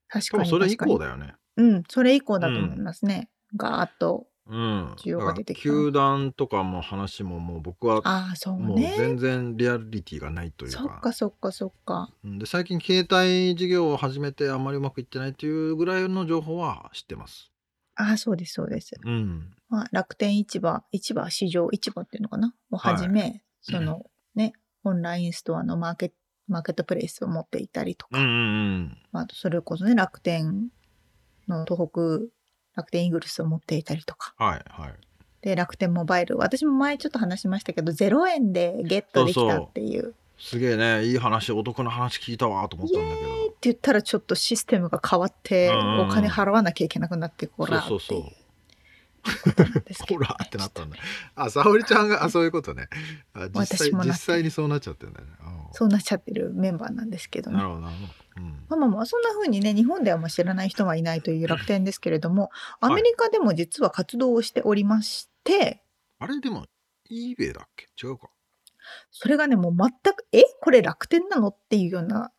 [SPEAKER 1] 確
[SPEAKER 3] 多
[SPEAKER 1] か
[SPEAKER 3] 分
[SPEAKER 1] に。
[SPEAKER 3] それ以
[SPEAKER 1] 確
[SPEAKER 3] 降
[SPEAKER 1] か
[SPEAKER 3] だよね
[SPEAKER 1] にうん。それ以降だと思いますね。ガーッと。
[SPEAKER 3] うん
[SPEAKER 1] 需要が出てきた
[SPEAKER 3] だから球団とかも話ももう僕は
[SPEAKER 1] ああ、そう
[SPEAKER 3] もう
[SPEAKER 1] ね。
[SPEAKER 3] 全然リアリティがないという
[SPEAKER 1] そっ
[SPEAKER 3] か
[SPEAKER 1] かそっかそっか。
[SPEAKER 3] うんで最近携帯事業を始めてあんまりうまくいってないというぐらいの情報は知ってます
[SPEAKER 1] ああ、そうですそうです。
[SPEAKER 3] うん
[SPEAKER 1] まあ、楽天市場、市場、市場、市場っていうのかなをはじめ、そのね、オンラインストアのマーケマーケットプレイスを持っていたりと
[SPEAKER 3] う
[SPEAKER 1] か、
[SPEAKER 3] んうん
[SPEAKER 1] まあ、それこそね、楽天の東北、楽天イーグルスを持っていたりとか、
[SPEAKER 3] うんはいはい
[SPEAKER 1] で、楽天モバイル、私も前ちょっと話しましたけど、0円でゲットできたっていう。
[SPEAKER 3] すげえねいい話お得な話聞いたわと思ったんだけど
[SPEAKER 1] って言ったらちょっとシステムが変わって、
[SPEAKER 3] うんうんう
[SPEAKER 1] お
[SPEAKER 3] ん
[SPEAKER 1] 金払わなきゃいけなくなって、こらってい
[SPEAKER 3] そううそうそう
[SPEAKER 1] ことなんですけ
[SPEAKER 3] ほ
[SPEAKER 1] ど
[SPEAKER 3] らってなったんだ。あ、沙織ちゃんが、あ、そういうことね。あ実
[SPEAKER 1] 私
[SPEAKER 3] 際
[SPEAKER 1] もなって
[SPEAKER 3] 実際にそうなっちゃってんだよね。あ
[SPEAKER 1] そうなっちゃってるメンバーなんですけどね
[SPEAKER 3] なる。ほど、なるほど。うん
[SPEAKER 1] まあまあまあそんな風にね日本ではもう知らない人はいないという楽天ですけれどもアメリカでも実は活動をしておりまして、
[SPEAKER 3] あれでも、eBay だっけ違うか。
[SPEAKER 1] それがねもう全くえこれ楽天なのっていうような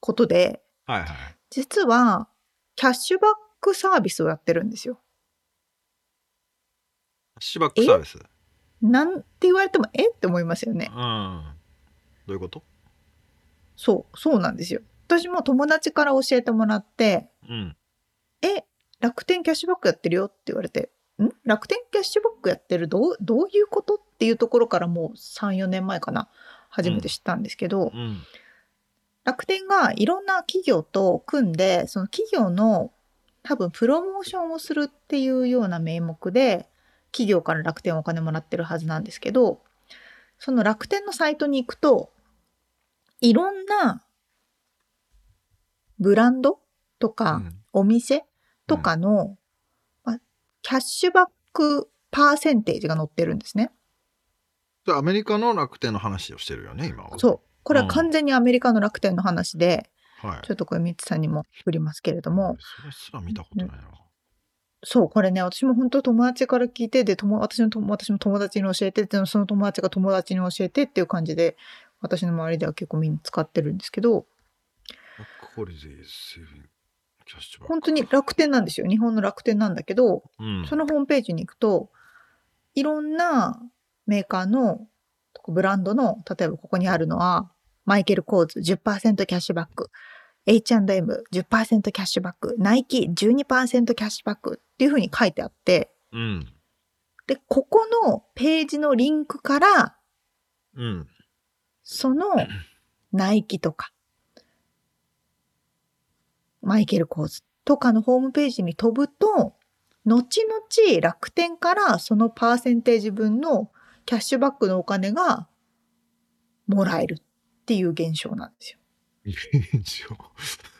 [SPEAKER 1] ことで
[SPEAKER 3] はいはい。
[SPEAKER 1] 実はキャッシュバックサービスをやってるんですよ。
[SPEAKER 3] シバックサービス。
[SPEAKER 1] なんて言われてもえって思いますよね。
[SPEAKER 3] うんどういうこと
[SPEAKER 1] そう、そうなんですよ。私も友達から教えてもらって、
[SPEAKER 3] うん
[SPEAKER 1] え、楽天キャッシュバックやってるよって言われて、ん楽天キャッシュバックやってるどう、どういうことっていうところからもう3、4年前かな、初めて知ったんですけど、
[SPEAKER 3] うん
[SPEAKER 1] 楽天がいろんな企業と組んで、その企業の多分プロモーションをするっていうような名目で、企業から楽天はお金もらってるはずなんですけど、その楽天のサイトに行くと、いろんなブランドと
[SPEAKER 3] う
[SPEAKER 1] か、
[SPEAKER 3] ん
[SPEAKER 1] お店とかの、まあキャッシュバックパーセンテージが載ってるんですね。
[SPEAKER 3] でアメリカの楽天の話をしてるよね今は
[SPEAKER 1] そう。これ
[SPEAKER 3] う
[SPEAKER 1] は
[SPEAKER 3] ん
[SPEAKER 1] 完全にアメリカの楽天の話で、
[SPEAKER 3] はい
[SPEAKER 1] ちょっとこれ、ミツさんにも振りますけれども、
[SPEAKER 3] それすら見たことないな
[SPEAKER 1] そう、これね、私も本当友達から聞いて、で、友私の友私も友達に教えて、でその友達が友達に教えてっていう感じで、私の周りでは結構みんな使ってるんですけど、
[SPEAKER 3] ブラックホリデーセブンキャッシュバック
[SPEAKER 1] 本当に楽天なんですよ。日本の楽天なんだけど、
[SPEAKER 3] うん
[SPEAKER 1] そのホームページに行くと、いろんなメーカーのブランドの、例えばここにあるのは、マイケル・コーズ10%キャッシュバック、H&M10% キャッシュバック、ナイキ12%キャッシュバックっていうふうに書いてあって、
[SPEAKER 3] うん
[SPEAKER 1] で、ここのページのリンクから、
[SPEAKER 3] うん
[SPEAKER 1] そのナイキとか、マイケル・コーズとかのホームページに飛ぶと、後々楽天からそのパーセンテージ分のキャッシュバックのお金がもらえるっていう現象なんですよ。
[SPEAKER 3] 一応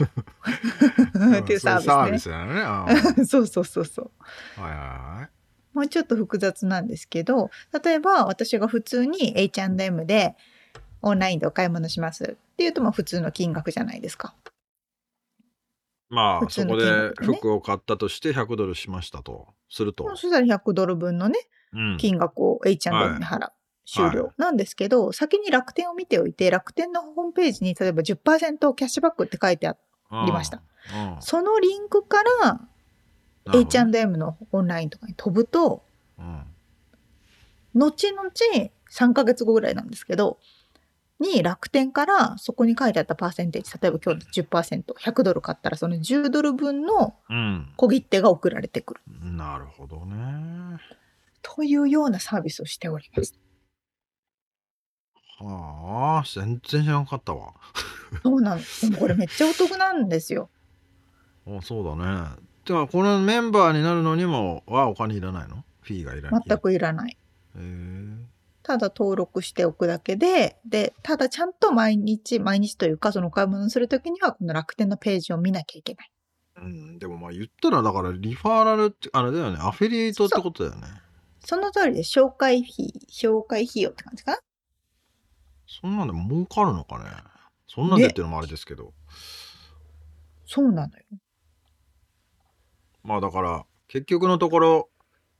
[SPEAKER 1] っていうサ
[SPEAKER 3] そう
[SPEAKER 1] ービス
[SPEAKER 3] だよね あ
[SPEAKER 1] ね。そうそうそうそう。
[SPEAKER 3] ーはいはいはい
[SPEAKER 1] もうちょっと複雑なんですけど、例えば私が普通に H&M でオンラインでお買い物しますっていうと、まあ普通の金額じゃないですか。
[SPEAKER 3] ま
[SPEAKER 1] 普
[SPEAKER 3] あ
[SPEAKER 1] 通
[SPEAKER 3] そ
[SPEAKER 1] の
[SPEAKER 3] こ
[SPEAKER 1] 金
[SPEAKER 3] で
[SPEAKER 1] 額でね
[SPEAKER 3] 服を買ったとして100ドルしましたとすると、
[SPEAKER 1] そしたら100ドル分のね、
[SPEAKER 3] うん、
[SPEAKER 1] 金額を H&M に払う。終
[SPEAKER 3] は
[SPEAKER 1] 了なんですけど、先に楽天を見ておいて、楽天のホームページに例えば10%キャッシュバックって書いてあって、
[SPEAKER 3] あ
[SPEAKER 1] りました
[SPEAKER 3] うん
[SPEAKER 1] そのリンクから
[SPEAKER 3] なるほど
[SPEAKER 1] H&M のオンラインとかに飛ぶと、
[SPEAKER 3] うん
[SPEAKER 1] 後々3ヶ月後ぐらいなんですけど、に楽天からそこに書いてあったパーセンテージ、例えば今日10%、100ドル買ったらその10ドル分の
[SPEAKER 3] うん、
[SPEAKER 1] 小切手が送られてくる
[SPEAKER 3] なるほどね。
[SPEAKER 1] というようなサービスをしております。
[SPEAKER 3] はあ、全然知らなかったわ。
[SPEAKER 1] そうなんです。でもこれめっちゃお得なんですよ。
[SPEAKER 3] あそうだね。じゃあ、このメンバーになるのにも、はお金いらないのフィーがいらない。
[SPEAKER 1] 全。くいらない。
[SPEAKER 3] へえ
[SPEAKER 1] ただ登録しておくだけで、で、ただちゃんと毎日、毎日というか、そのお買い物するときには、この楽天のページを見なきゃいけない。
[SPEAKER 3] うん、でもまあ言ったらだからリファーラルってあれだよねアフィリエイトってことだよね
[SPEAKER 1] その通りで、紹介費、紹介費用って感じかな
[SPEAKER 3] そんなんで儲かるのかねそんなんでっていうのもあれですけど、
[SPEAKER 1] そうなのよ。
[SPEAKER 3] まあだから結局のところ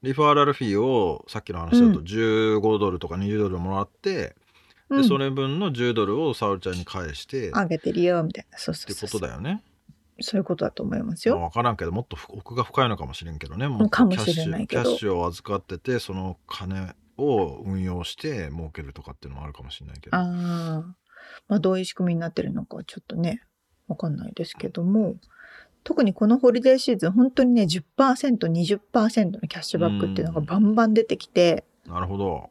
[SPEAKER 3] リファーラルフィーをさっきの話だと
[SPEAKER 1] う
[SPEAKER 3] 15ドルとか20ドルもらって、
[SPEAKER 1] う
[SPEAKER 3] でそ
[SPEAKER 1] ん。
[SPEAKER 3] れ分の10ドルを沙織ちゃんに返して
[SPEAKER 1] あげてるよ、みたいな。そう
[SPEAKER 3] っ
[SPEAKER 1] そう
[SPEAKER 3] て
[SPEAKER 1] そう
[SPEAKER 3] こと
[SPEAKER 1] そう。
[SPEAKER 3] だよね。
[SPEAKER 1] そういうことだと思います
[SPEAKER 3] まあ、
[SPEAKER 1] よ。
[SPEAKER 3] 分からんけどもっと奥が深いのかもしれんけどねもっと
[SPEAKER 1] かもしれないけど
[SPEAKER 3] キャッシュキャッシュを預かっててその金を運用して儲けるとかっていうのもあるかもしれないけど
[SPEAKER 1] ああ。まあ、どういう仕組みになってるのかはちょっとね、わかんないですけども、特にこのホリデーシーズン、本当にね、10%、20%のキャッシュバックっていうのがバンバン出てきて、
[SPEAKER 3] なるほど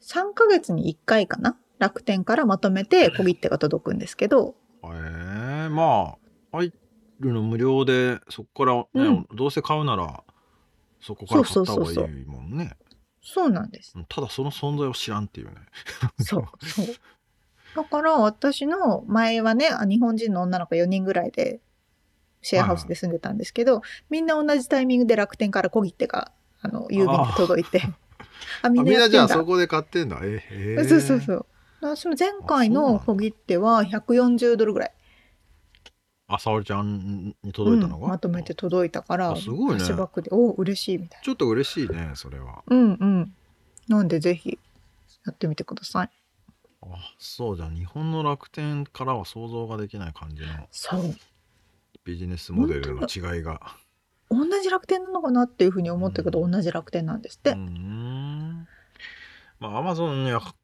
[SPEAKER 1] 3ヶ月に1回かな楽天からまとめて小切手が届くんですけど、
[SPEAKER 3] えー、まあ入るの無料でそこから、ねどうせ買うならそこから買った方がいいもんね
[SPEAKER 1] そうなんです。
[SPEAKER 3] ただその存在を知らんっていうね
[SPEAKER 1] そう、そう。だから私の前はね、あ日本人の女の子4人ぐらいでシェアハウスで住んでたんですけど、みんな同じタイミングで楽天から小切手が、あの、郵便で届いて。 あ、み
[SPEAKER 3] あ
[SPEAKER 1] んな
[SPEAKER 3] みん
[SPEAKER 1] や
[SPEAKER 3] な
[SPEAKER 1] っ
[SPEAKER 3] じ
[SPEAKER 1] て
[SPEAKER 3] ゃ
[SPEAKER 1] ん
[SPEAKER 3] あ
[SPEAKER 1] だ
[SPEAKER 3] そ。こで買ってんだええー
[SPEAKER 1] そうそうそう。私も前回の小切手は140ドルぐらい、
[SPEAKER 3] あ沙織ちゃんに届いたのが、
[SPEAKER 1] うんまとめて届いたから、
[SPEAKER 3] あすごいね
[SPEAKER 1] キャッシュバックで、お嬉しいみたいな。
[SPEAKER 3] ちょっと嬉しいねそれは
[SPEAKER 1] うんうん。なんでぜひやってみてください。
[SPEAKER 3] あそうじゃあ日本の楽天からは想像ができない感じの
[SPEAKER 1] そう。
[SPEAKER 3] ビジネスモデルの違いが
[SPEAKER 1] 同じ楽天なのかなっていうふうに思ったけど、
[SPEAKER 3] うん
[SPEAKER 1] 同じ楽天なんですっ
[SPEAKER 3] う
[SPEAKER 1] て。
[SPEAKER 3] んまあアマゾンにはか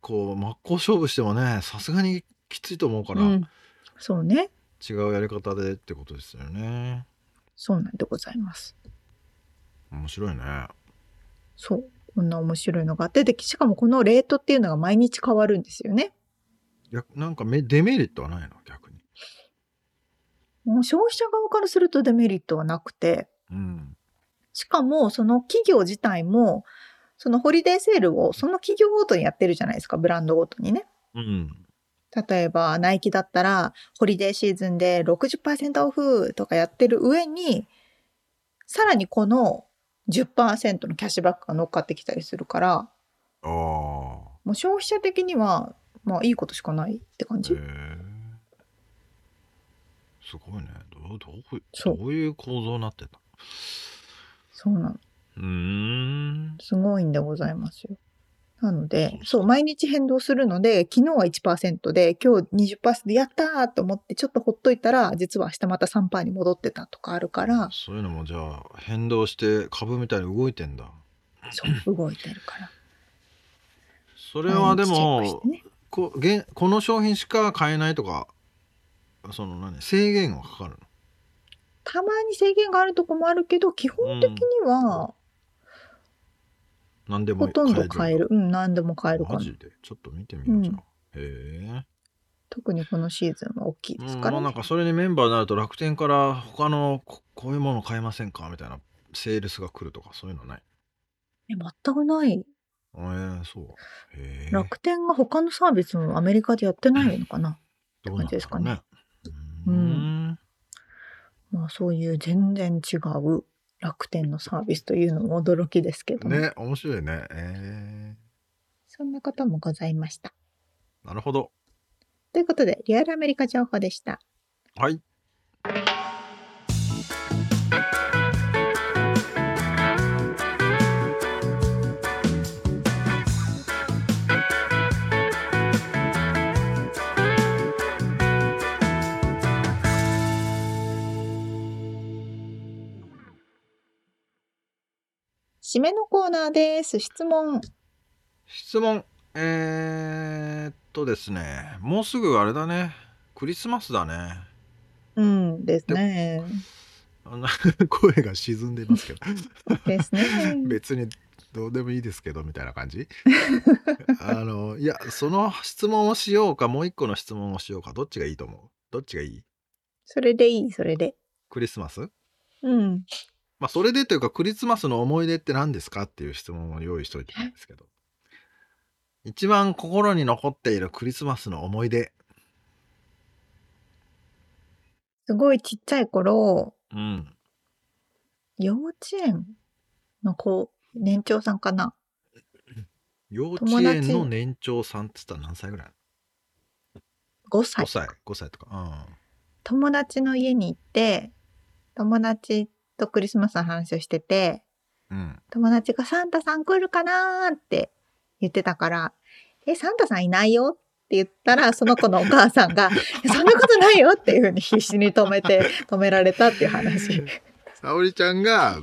[SPEAKER 3] こう真っ向勝負してもねさすがにきついと思うから、
[SPEAKER 1] うん、そうね
[SPEAKER 3] 違うやり方でってことですよね
[SPEAKER 1] そうなんでございます
[SPEAKER 3] 面白いね
[SPEAKER 1] そうこんな面白いのがあってでしかもこのレートっていうのが毎日変わるんですよね
[SPEAKER 3] いやなんかめデメリットはないの逆に
[SPEAKER 1] もう消費者側からするとデメリットはなくて
[SPEAKER 3] うん
[SPEAKER 1] しかもその企業自体もそのホリデーセールをその企業ごとにやってるじゃないですかブランドごとにね
[SPEAKER 3] うん
[SPEAKER 1] 例えばナイキだったらホリデーシーズンで60%オフとかやってる上にさらにこの10%のキャッシュバックが乗っかってきたりするから
[SPEAKER 3] ああ
[SPEAKER 1] もう消費者的にはまあいいことしかないって感
[SPEAKER 3] へ
[SPEAKER 1] じ、
[SPEAKER 3] えすごいねどうどう
[SPEAKER 1] そう
[SPEAKER 3] どういう構造になってた
[SPEAKER 1] そうなの
[SPEAKER 3] うーん
[SPEAKER 1] すごいんでございますよなので
[SPEAKER 3] そう
[SPEAKER 1] そう毎日変動するので昨日は1%で今日20%でやったーと思ってちょっとほっといたら実は明日また3%に戻ってたとかあるから
[SPEAKER 3] そういうのもじゃあ変動して株みたいに動いてんだ
[SPEAKER 1] そう動いてるから
[SPEAKER 3] それはで
[SPEAKER 1] 毎日チェックし
[SPEAKER 3] も
[SPEAKER 1] てね
[SPEAKER 3] こげんこの商品しか買えないとかその何制限がかかるの
[SPEAKER 1] たまに制限があるとこもあるけど基本的には
[SPEAKER 3] 何でも
[SPEAKER 1] ほとんど買え
[SPEAKER 3] る
[SPEAKER 1] る、うん、何でも買えるか
[SPEAKER 3] マ
[SPEAKER 1] な
[SPEAKER 3] ジでちょっと見てみようじゃあ、へ
[SPEAKER 1] 特にこのシーズンは大きい
[SPEAKER 3] え、
[SPEAKER 1] です
[SPEAKER 3] うん
[SPEAKER 1] か
[SPEAKER 3] ま
[SPEAKER 1] ら、
[SPEAKER 3] あ、
[SPEAKER 1] ね
[SPEAKER 3] なんかそれにメンバーになると楽天から他のここういうもの買えませんかみたいなセールスが来るとかそういうのはない
[SPEAKER 1] え全くない
[SPEAKER 3] えー、そうへえ
[SPEAKER 1] 楽天が他のサービスもアメリカでやってないのかな、
[SPEAKER 3] どうなんだ
[SPEAKER 1] って感じ
[SPEAKER 3] ろうね
[SPEAKER 1] ですかね
[SPEAKER 3] うーん
[SPEAKER 1] まあそういう全然違う楽天のサービスというのも驚きですけども、
[SPEAKER 3] ね面白いねえ
[SPEAKER 1] そんなこともございました
[SPEAKER 3] ー、なるほど
[SPEAKER 1] ということでリアルアメリカ情報でした
[SPEAKER 3] はい
[SPEAKER 1] 締めのコーナーです質問
[SPEAKER 3] 質問えー、っとですねもうすぐあれだねクリスマスだね
[SPEAKER 1] うんですね
[SPEAKER 3] あの声が沈んでますけど
[SPEAKER 1] ですね
[SPEAKER 3] 別にどうでもいいですけどみたいな感じあのいやその質問をしようかもう一個の質問をしようかどっちがいいと思うどっちがいい
[SPEAKER 1] それでいいそれで
[SPEAKER 3] クリスマス
[SPEAKER 1] うん
[SPEAKER 3] まあそれでというかクリスマスの思い出って何ですかっていう質問を用意しといてるんですけど一番心に残っているクリスマスの思い出
[SPEAKER 1] すごいちっちゃい頃
[SPEAKER 3] うん
[SPEAKER 1] 幼稚園の子年長さんかな
[SPEAKER 3] 幼稚
[SPEAKER 1] 友
[SPEAKER 3] 園
[SPEAKER 1] 達
[SPEAKER 3] の年長さんっつったら何歳ぐらい
[SPEAKER 1] 5歳
[SPEAKER 3] ?5 歳5歳とか
[SPEAKER 1] 友達の家に行って友達とクリスマスの話をしてて
[SPEAKER 3] うん、うん、
[SPEAKER 1] 友達が「サンタさん来るかな?」って言ってたから「えサンタさんいないよ」って言ったらその子のお母さん が「いやそんなことないよ」っていうふうに必死に止めて止められたっていう話
[SPEAKER 3] 沙織ちゃんが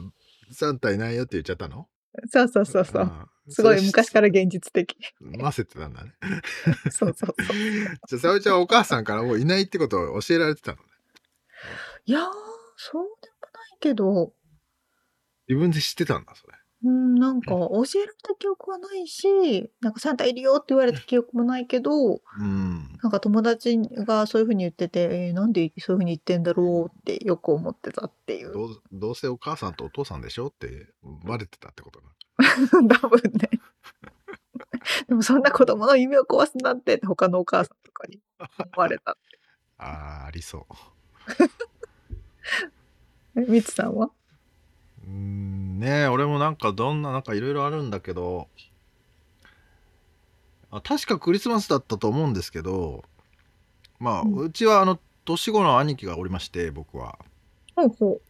[SPEAKER 3] サンタいないよって言っちゃったの
[SPEAKER 1] そうそうそうそうすごい昔からら現実的
[SPEAKER 3] ませてたんだね
[SPEAKER 1] そうそうそう
[SPEAKER 3] じゃあ沙織ちゃんはお母さんからもういないってことを教えられてたのね
[SPEAKER 1] いやーそうでもないけど
[SPEAKER 3] 自分で知ってたんだそれ
[SPEAKER 1] うん、なんか教えられた記憶はないし、なんかサンタいるよって言われた記憶もないけど、
[SPEAKER 3] うん
[SPEAKER 1] なんか友達がそういうふうに言ってて、えーなんでそういうふうに言ってんだろうってよく思ってたっていう。
[SPEAKER 3] どうどうせお母さんとお父さんでしょってバレてたってこと な
[SPEAKER 1] 多分ね。 でもそんな子供の夢を壊すなんてって他のお母さんとかに思われた。
[SPEAKER 3] あーありそう
[SPEAKER 1] えみつさんは
[SPEAKER 3] うーんねえ俺もなんかどんななんかいろいろあるんだけどあ確かクリスマスだったと思うんですけどまあ、
[SPEAKER 1] うん
[SPEAKER 3] うちはあの年子の兄貴がおりまして僕は
[SPEAKER 1] ほうほ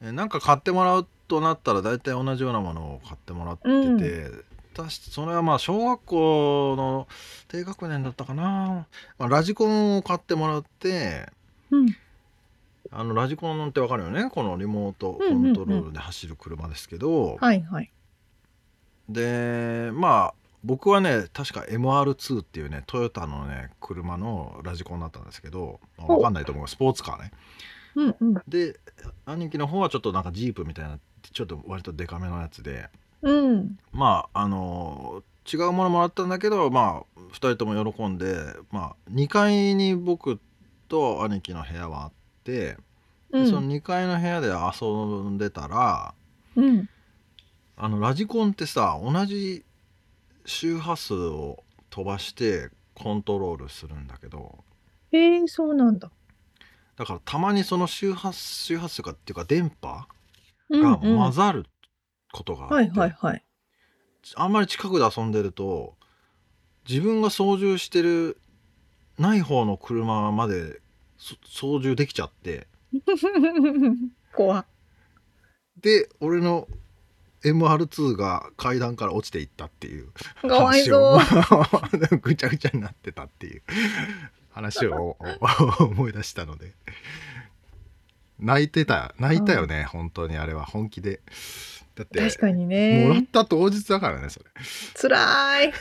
[SPEAKER 3] えなんか買ってもらうとなったら大体同じようなものを買ってもらってて、
[SPEAKER 1] うん
[SPEAKER 3] 確かそれはまあ小学校の低学年だったかな、まあラジコンを買ってもらって
[SPEAKER 1] う。うん。
[SPEAKER 3] あのラジコンってわかるよねこのリモートコ
[SPEAKER 1] うんうんうん
[SPEAKER 3] ントロールで走る車ですけど、
[SPEAKER 1] はいはい。
[SPEAKER 3] でまあ僕はね確か MR2 っていうねトヨタのね車のラジコンだったんですけど、まあ、
[SPEAKER 1] ほう
[SPEAKER 3] 分かんないと思うスポーツカーね
[SPEAKER 1] うんうん
[SPEAKER 3] で兄貴の方はちょっとなんかジープみたいなちょっと割とデカめのやつで
[SPEAKER 1] うん
[SPEAKER 3] まああの違うものもらったんだけどまあ2人とも喜んで、まあ、2階に僕と兄貴の部屋はあって
[SPEAKER 1] う
[SPEAKER 3] でそ
[SPEAKER 1] ん
[SPEAKER 3] の2階の部屋で遊んでたら、
[SPEAKER 1] うん
[SPEAKER 3] あのラジコンってさ同じ周波数を飛ばしてコントロールするんだけど
[SPEAKER 1] へえそうなんだ
[SPEAKER 3] だからたまにその周波数周波数がっていうか電波
[SPEAKER 1] うん
[SPEAKER 3] が
[SPEAKER 1] うん
[SPEAKER 3] 混ざることがあ
[SPEAKER 1] は
[SPEAKER 3] っ
[SPEAKER 1] いはい
[SPEAKER 3] て
[SPEAKER 1] はい
[SPEAKER 3] あんまり近くで遊んでると自分が操縦してるない方の車までそ操縦できちゃって
[SPEAKER 1] 怖っ
[SPEAKER 3] で俺の MR2 が階段から落ちていったっていう。
[SPEAKER 1] かわいそう
[SPEAKER 3] 話を ぐちゃぐちゃになってたっていう話 を思い出したので泣いてた泣いたよね、本当にあれは本気でだって
[SPEAKER 1] 確かに
[SPEAKER 3] もらっ
[SPEAKER 1] ね
[SPEAKER 3] た当日だからねそ
[SPEAKER 1] 辛い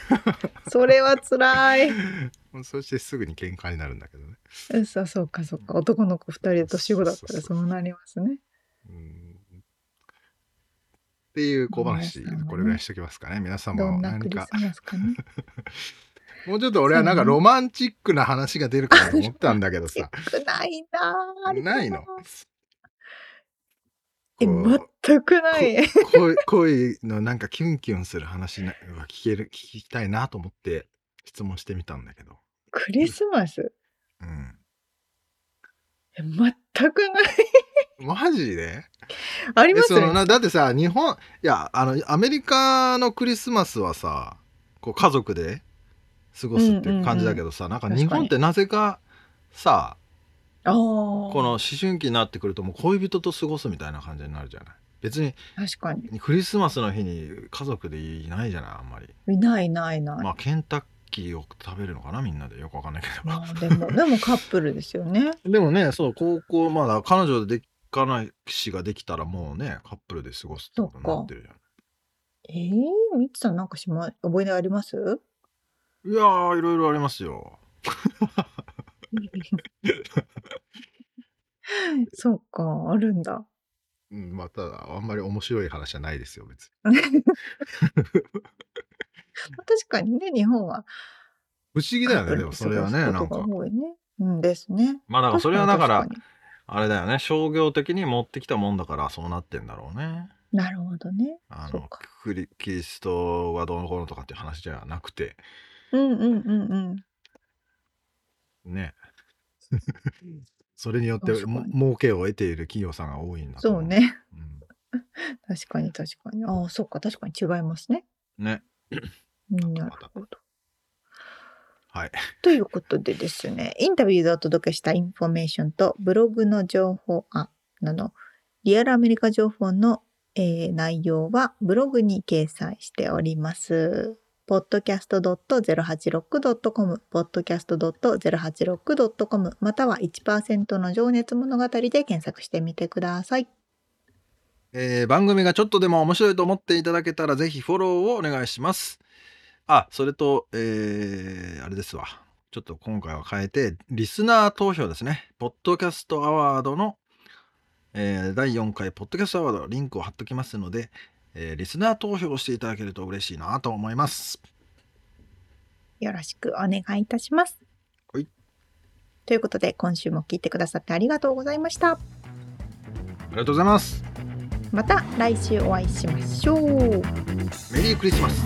[SPEAKER 1] それは辛い
[SPEAKER 3] れそしてすぐに喧嘩になるんだけどね
[SPEAKER 1] うんそうそうかそうか男の子2人で年子だったらそうなりますね
[SPEAKER 3] うんっていう小話、
[SPEAKER 1] 皆さんはね
[SPEAKER 3] これぐらいしときますかね皆様
[SPEAKER 1] ど
[SPEAKER 3] も
[SPEAKER 1] んなク
[SPEAKER 3] 何
[SPEAKER 1] リス
[SPEAKER 3] か
[SPEAKER 1] マスかね
[SPEAKER 3] もうちょっと俺はなん
[SPEAKER 1] そ
[SPEAKER 3] か
[SPEAKER 1] うね
[SPEAKER 3] ロマンチックな話が出るかなと思ったんだけどさ
[SPEAKER 1] 少ないなぁ
[SPEAKER 3] ないの
[SPEAKER 1] え
[SPEAKER 3] こう
[SPEAKER 1] 全くない
[SPEAKER 3] 恋恋のなんかキュンキュンする話なは聞ける聞きたいなと思って質問してみたんだけど、
[SPEAKER 1] クリスマス
[SPEAKER 3] うん、
[SPEAKER 1] え全くない
[SPEAKER 3] マジで
[SPEAKER 1] あり
[SPEAKER 3] え
[SPEAKER 1] ます
[SPEAKER 3] その
[SPEAKER 1] ね
[SPEAKER 3] なだってさ日本いやあのアメリカのクリスマスはさこう家族で過ごすっていう感じだけどさ、なんか日本ってなぜかさ
[SPEAKER 1] ああ
[SPEAKER 3] この思春期になってくるともう恋人と過ごすみたいな感じになるじゃない別に
[SPEAKER 1] 確かに
[SPEAKER 3] クリスマスの日に家族でいないじゃないあんまり、
[SPEAKER 1] いないないない、
[SPEAKER 3] まあケンタッキーを食べるのかなみんなでよくわかんないけど
[SPEAKER 1] まあでもでもカップルですよね
[SPEAKER 3] でもね、そう、高校、まだ彼女で彼氏ができたらもうね、カップルで過ごすってことになってるじゃ
[SPEAKER 1] えー、みつさんなんかしま覚えあります
[SPEAKER 3] ん。いやー、いろいろありますよ。
[SPEAKER 1] そうかあるんだ
[SPEAKER 3] うん、まあ、ただ、あんまり面白い話じゃないですよ、別に。
[SPEAKER 1] 確かにね日本は
[SPEAKER 3] 不思議だ よね、でもそれはね、
[SPEAKER 1] カ
[SPEAKER 3] な
[SPEAKER 1] ップル
[SPEAKER 3] ん
[SPEAKER 1] で過ごす。こと
[SPEAKER 3] か
[SPEAKER 1] が多いねうんですね
[SPEAKER 3] まあ、だからそれはだから
[SPEAKER 1] 確、に確か
[SPEAKER 3] あれだよね、商業的に持ってきたもんだから、そうなってんだろうね。
[SPEAKER 1] になるほどね
[SPEAKER 3] あ
[SPEAKER 1] そう
[SPEAKER 3] の
[SPEAKER 1] か、
[SPEAKER 3] クリキリストはどうのこうのとかっていう話じゃなくて、
[SPEAKER 1] うんうんうんうん
[SPEAKER 3] ね。それによって
[SPEAKER 1] 確かに
[SPEAKER 3] も儲けを得ている企業さんが多いんだと
[SPEAKER 1] そ
[SPEAKER 3] 思
[SPEAKER 1] う。ね
[SPEAKER 3] うん
[SPEAKER 1] 確かに確かにああそうか確かに違いますね
[SPEAKER 3] ね。
[SPEAKER 1] うんなるほど
[SPEAKER 3] はい。
[SPEAKER 1] ということでですね、インタビューでお届けしたインフォメーションとブログの情報、あ、なの、リアルアメリカ情報の、えー内容はブログに掲載しております。podcast.086.com、podcast.086.com、または1%の情熱物語で検索してみてください。
[SPEAKER 3] えー番組がちょっとでも面白いと思っていただけたらぜひフォローをお願いします。あ、それと、えーあれですわ。ちょっと今回は変えて、リスナー投票ですね。ポッドキャストアワードの、えー第4回ポッドキャストアワードリンクを貼っときますので、えーリスナー投票をしていただけると嬉しいなと思います。
[SPEAKER 1] よろしくお願いいたします。
[SPEAKER 3] はい
[SPEAKER 1] ということで、今週も聞いてくださってありがとうございました。
[SPEAKER 3] ありがとうございます。
[SPEAKER 1] また来週お会いしましょう。
[SPEAKER 3] メリークリスマス。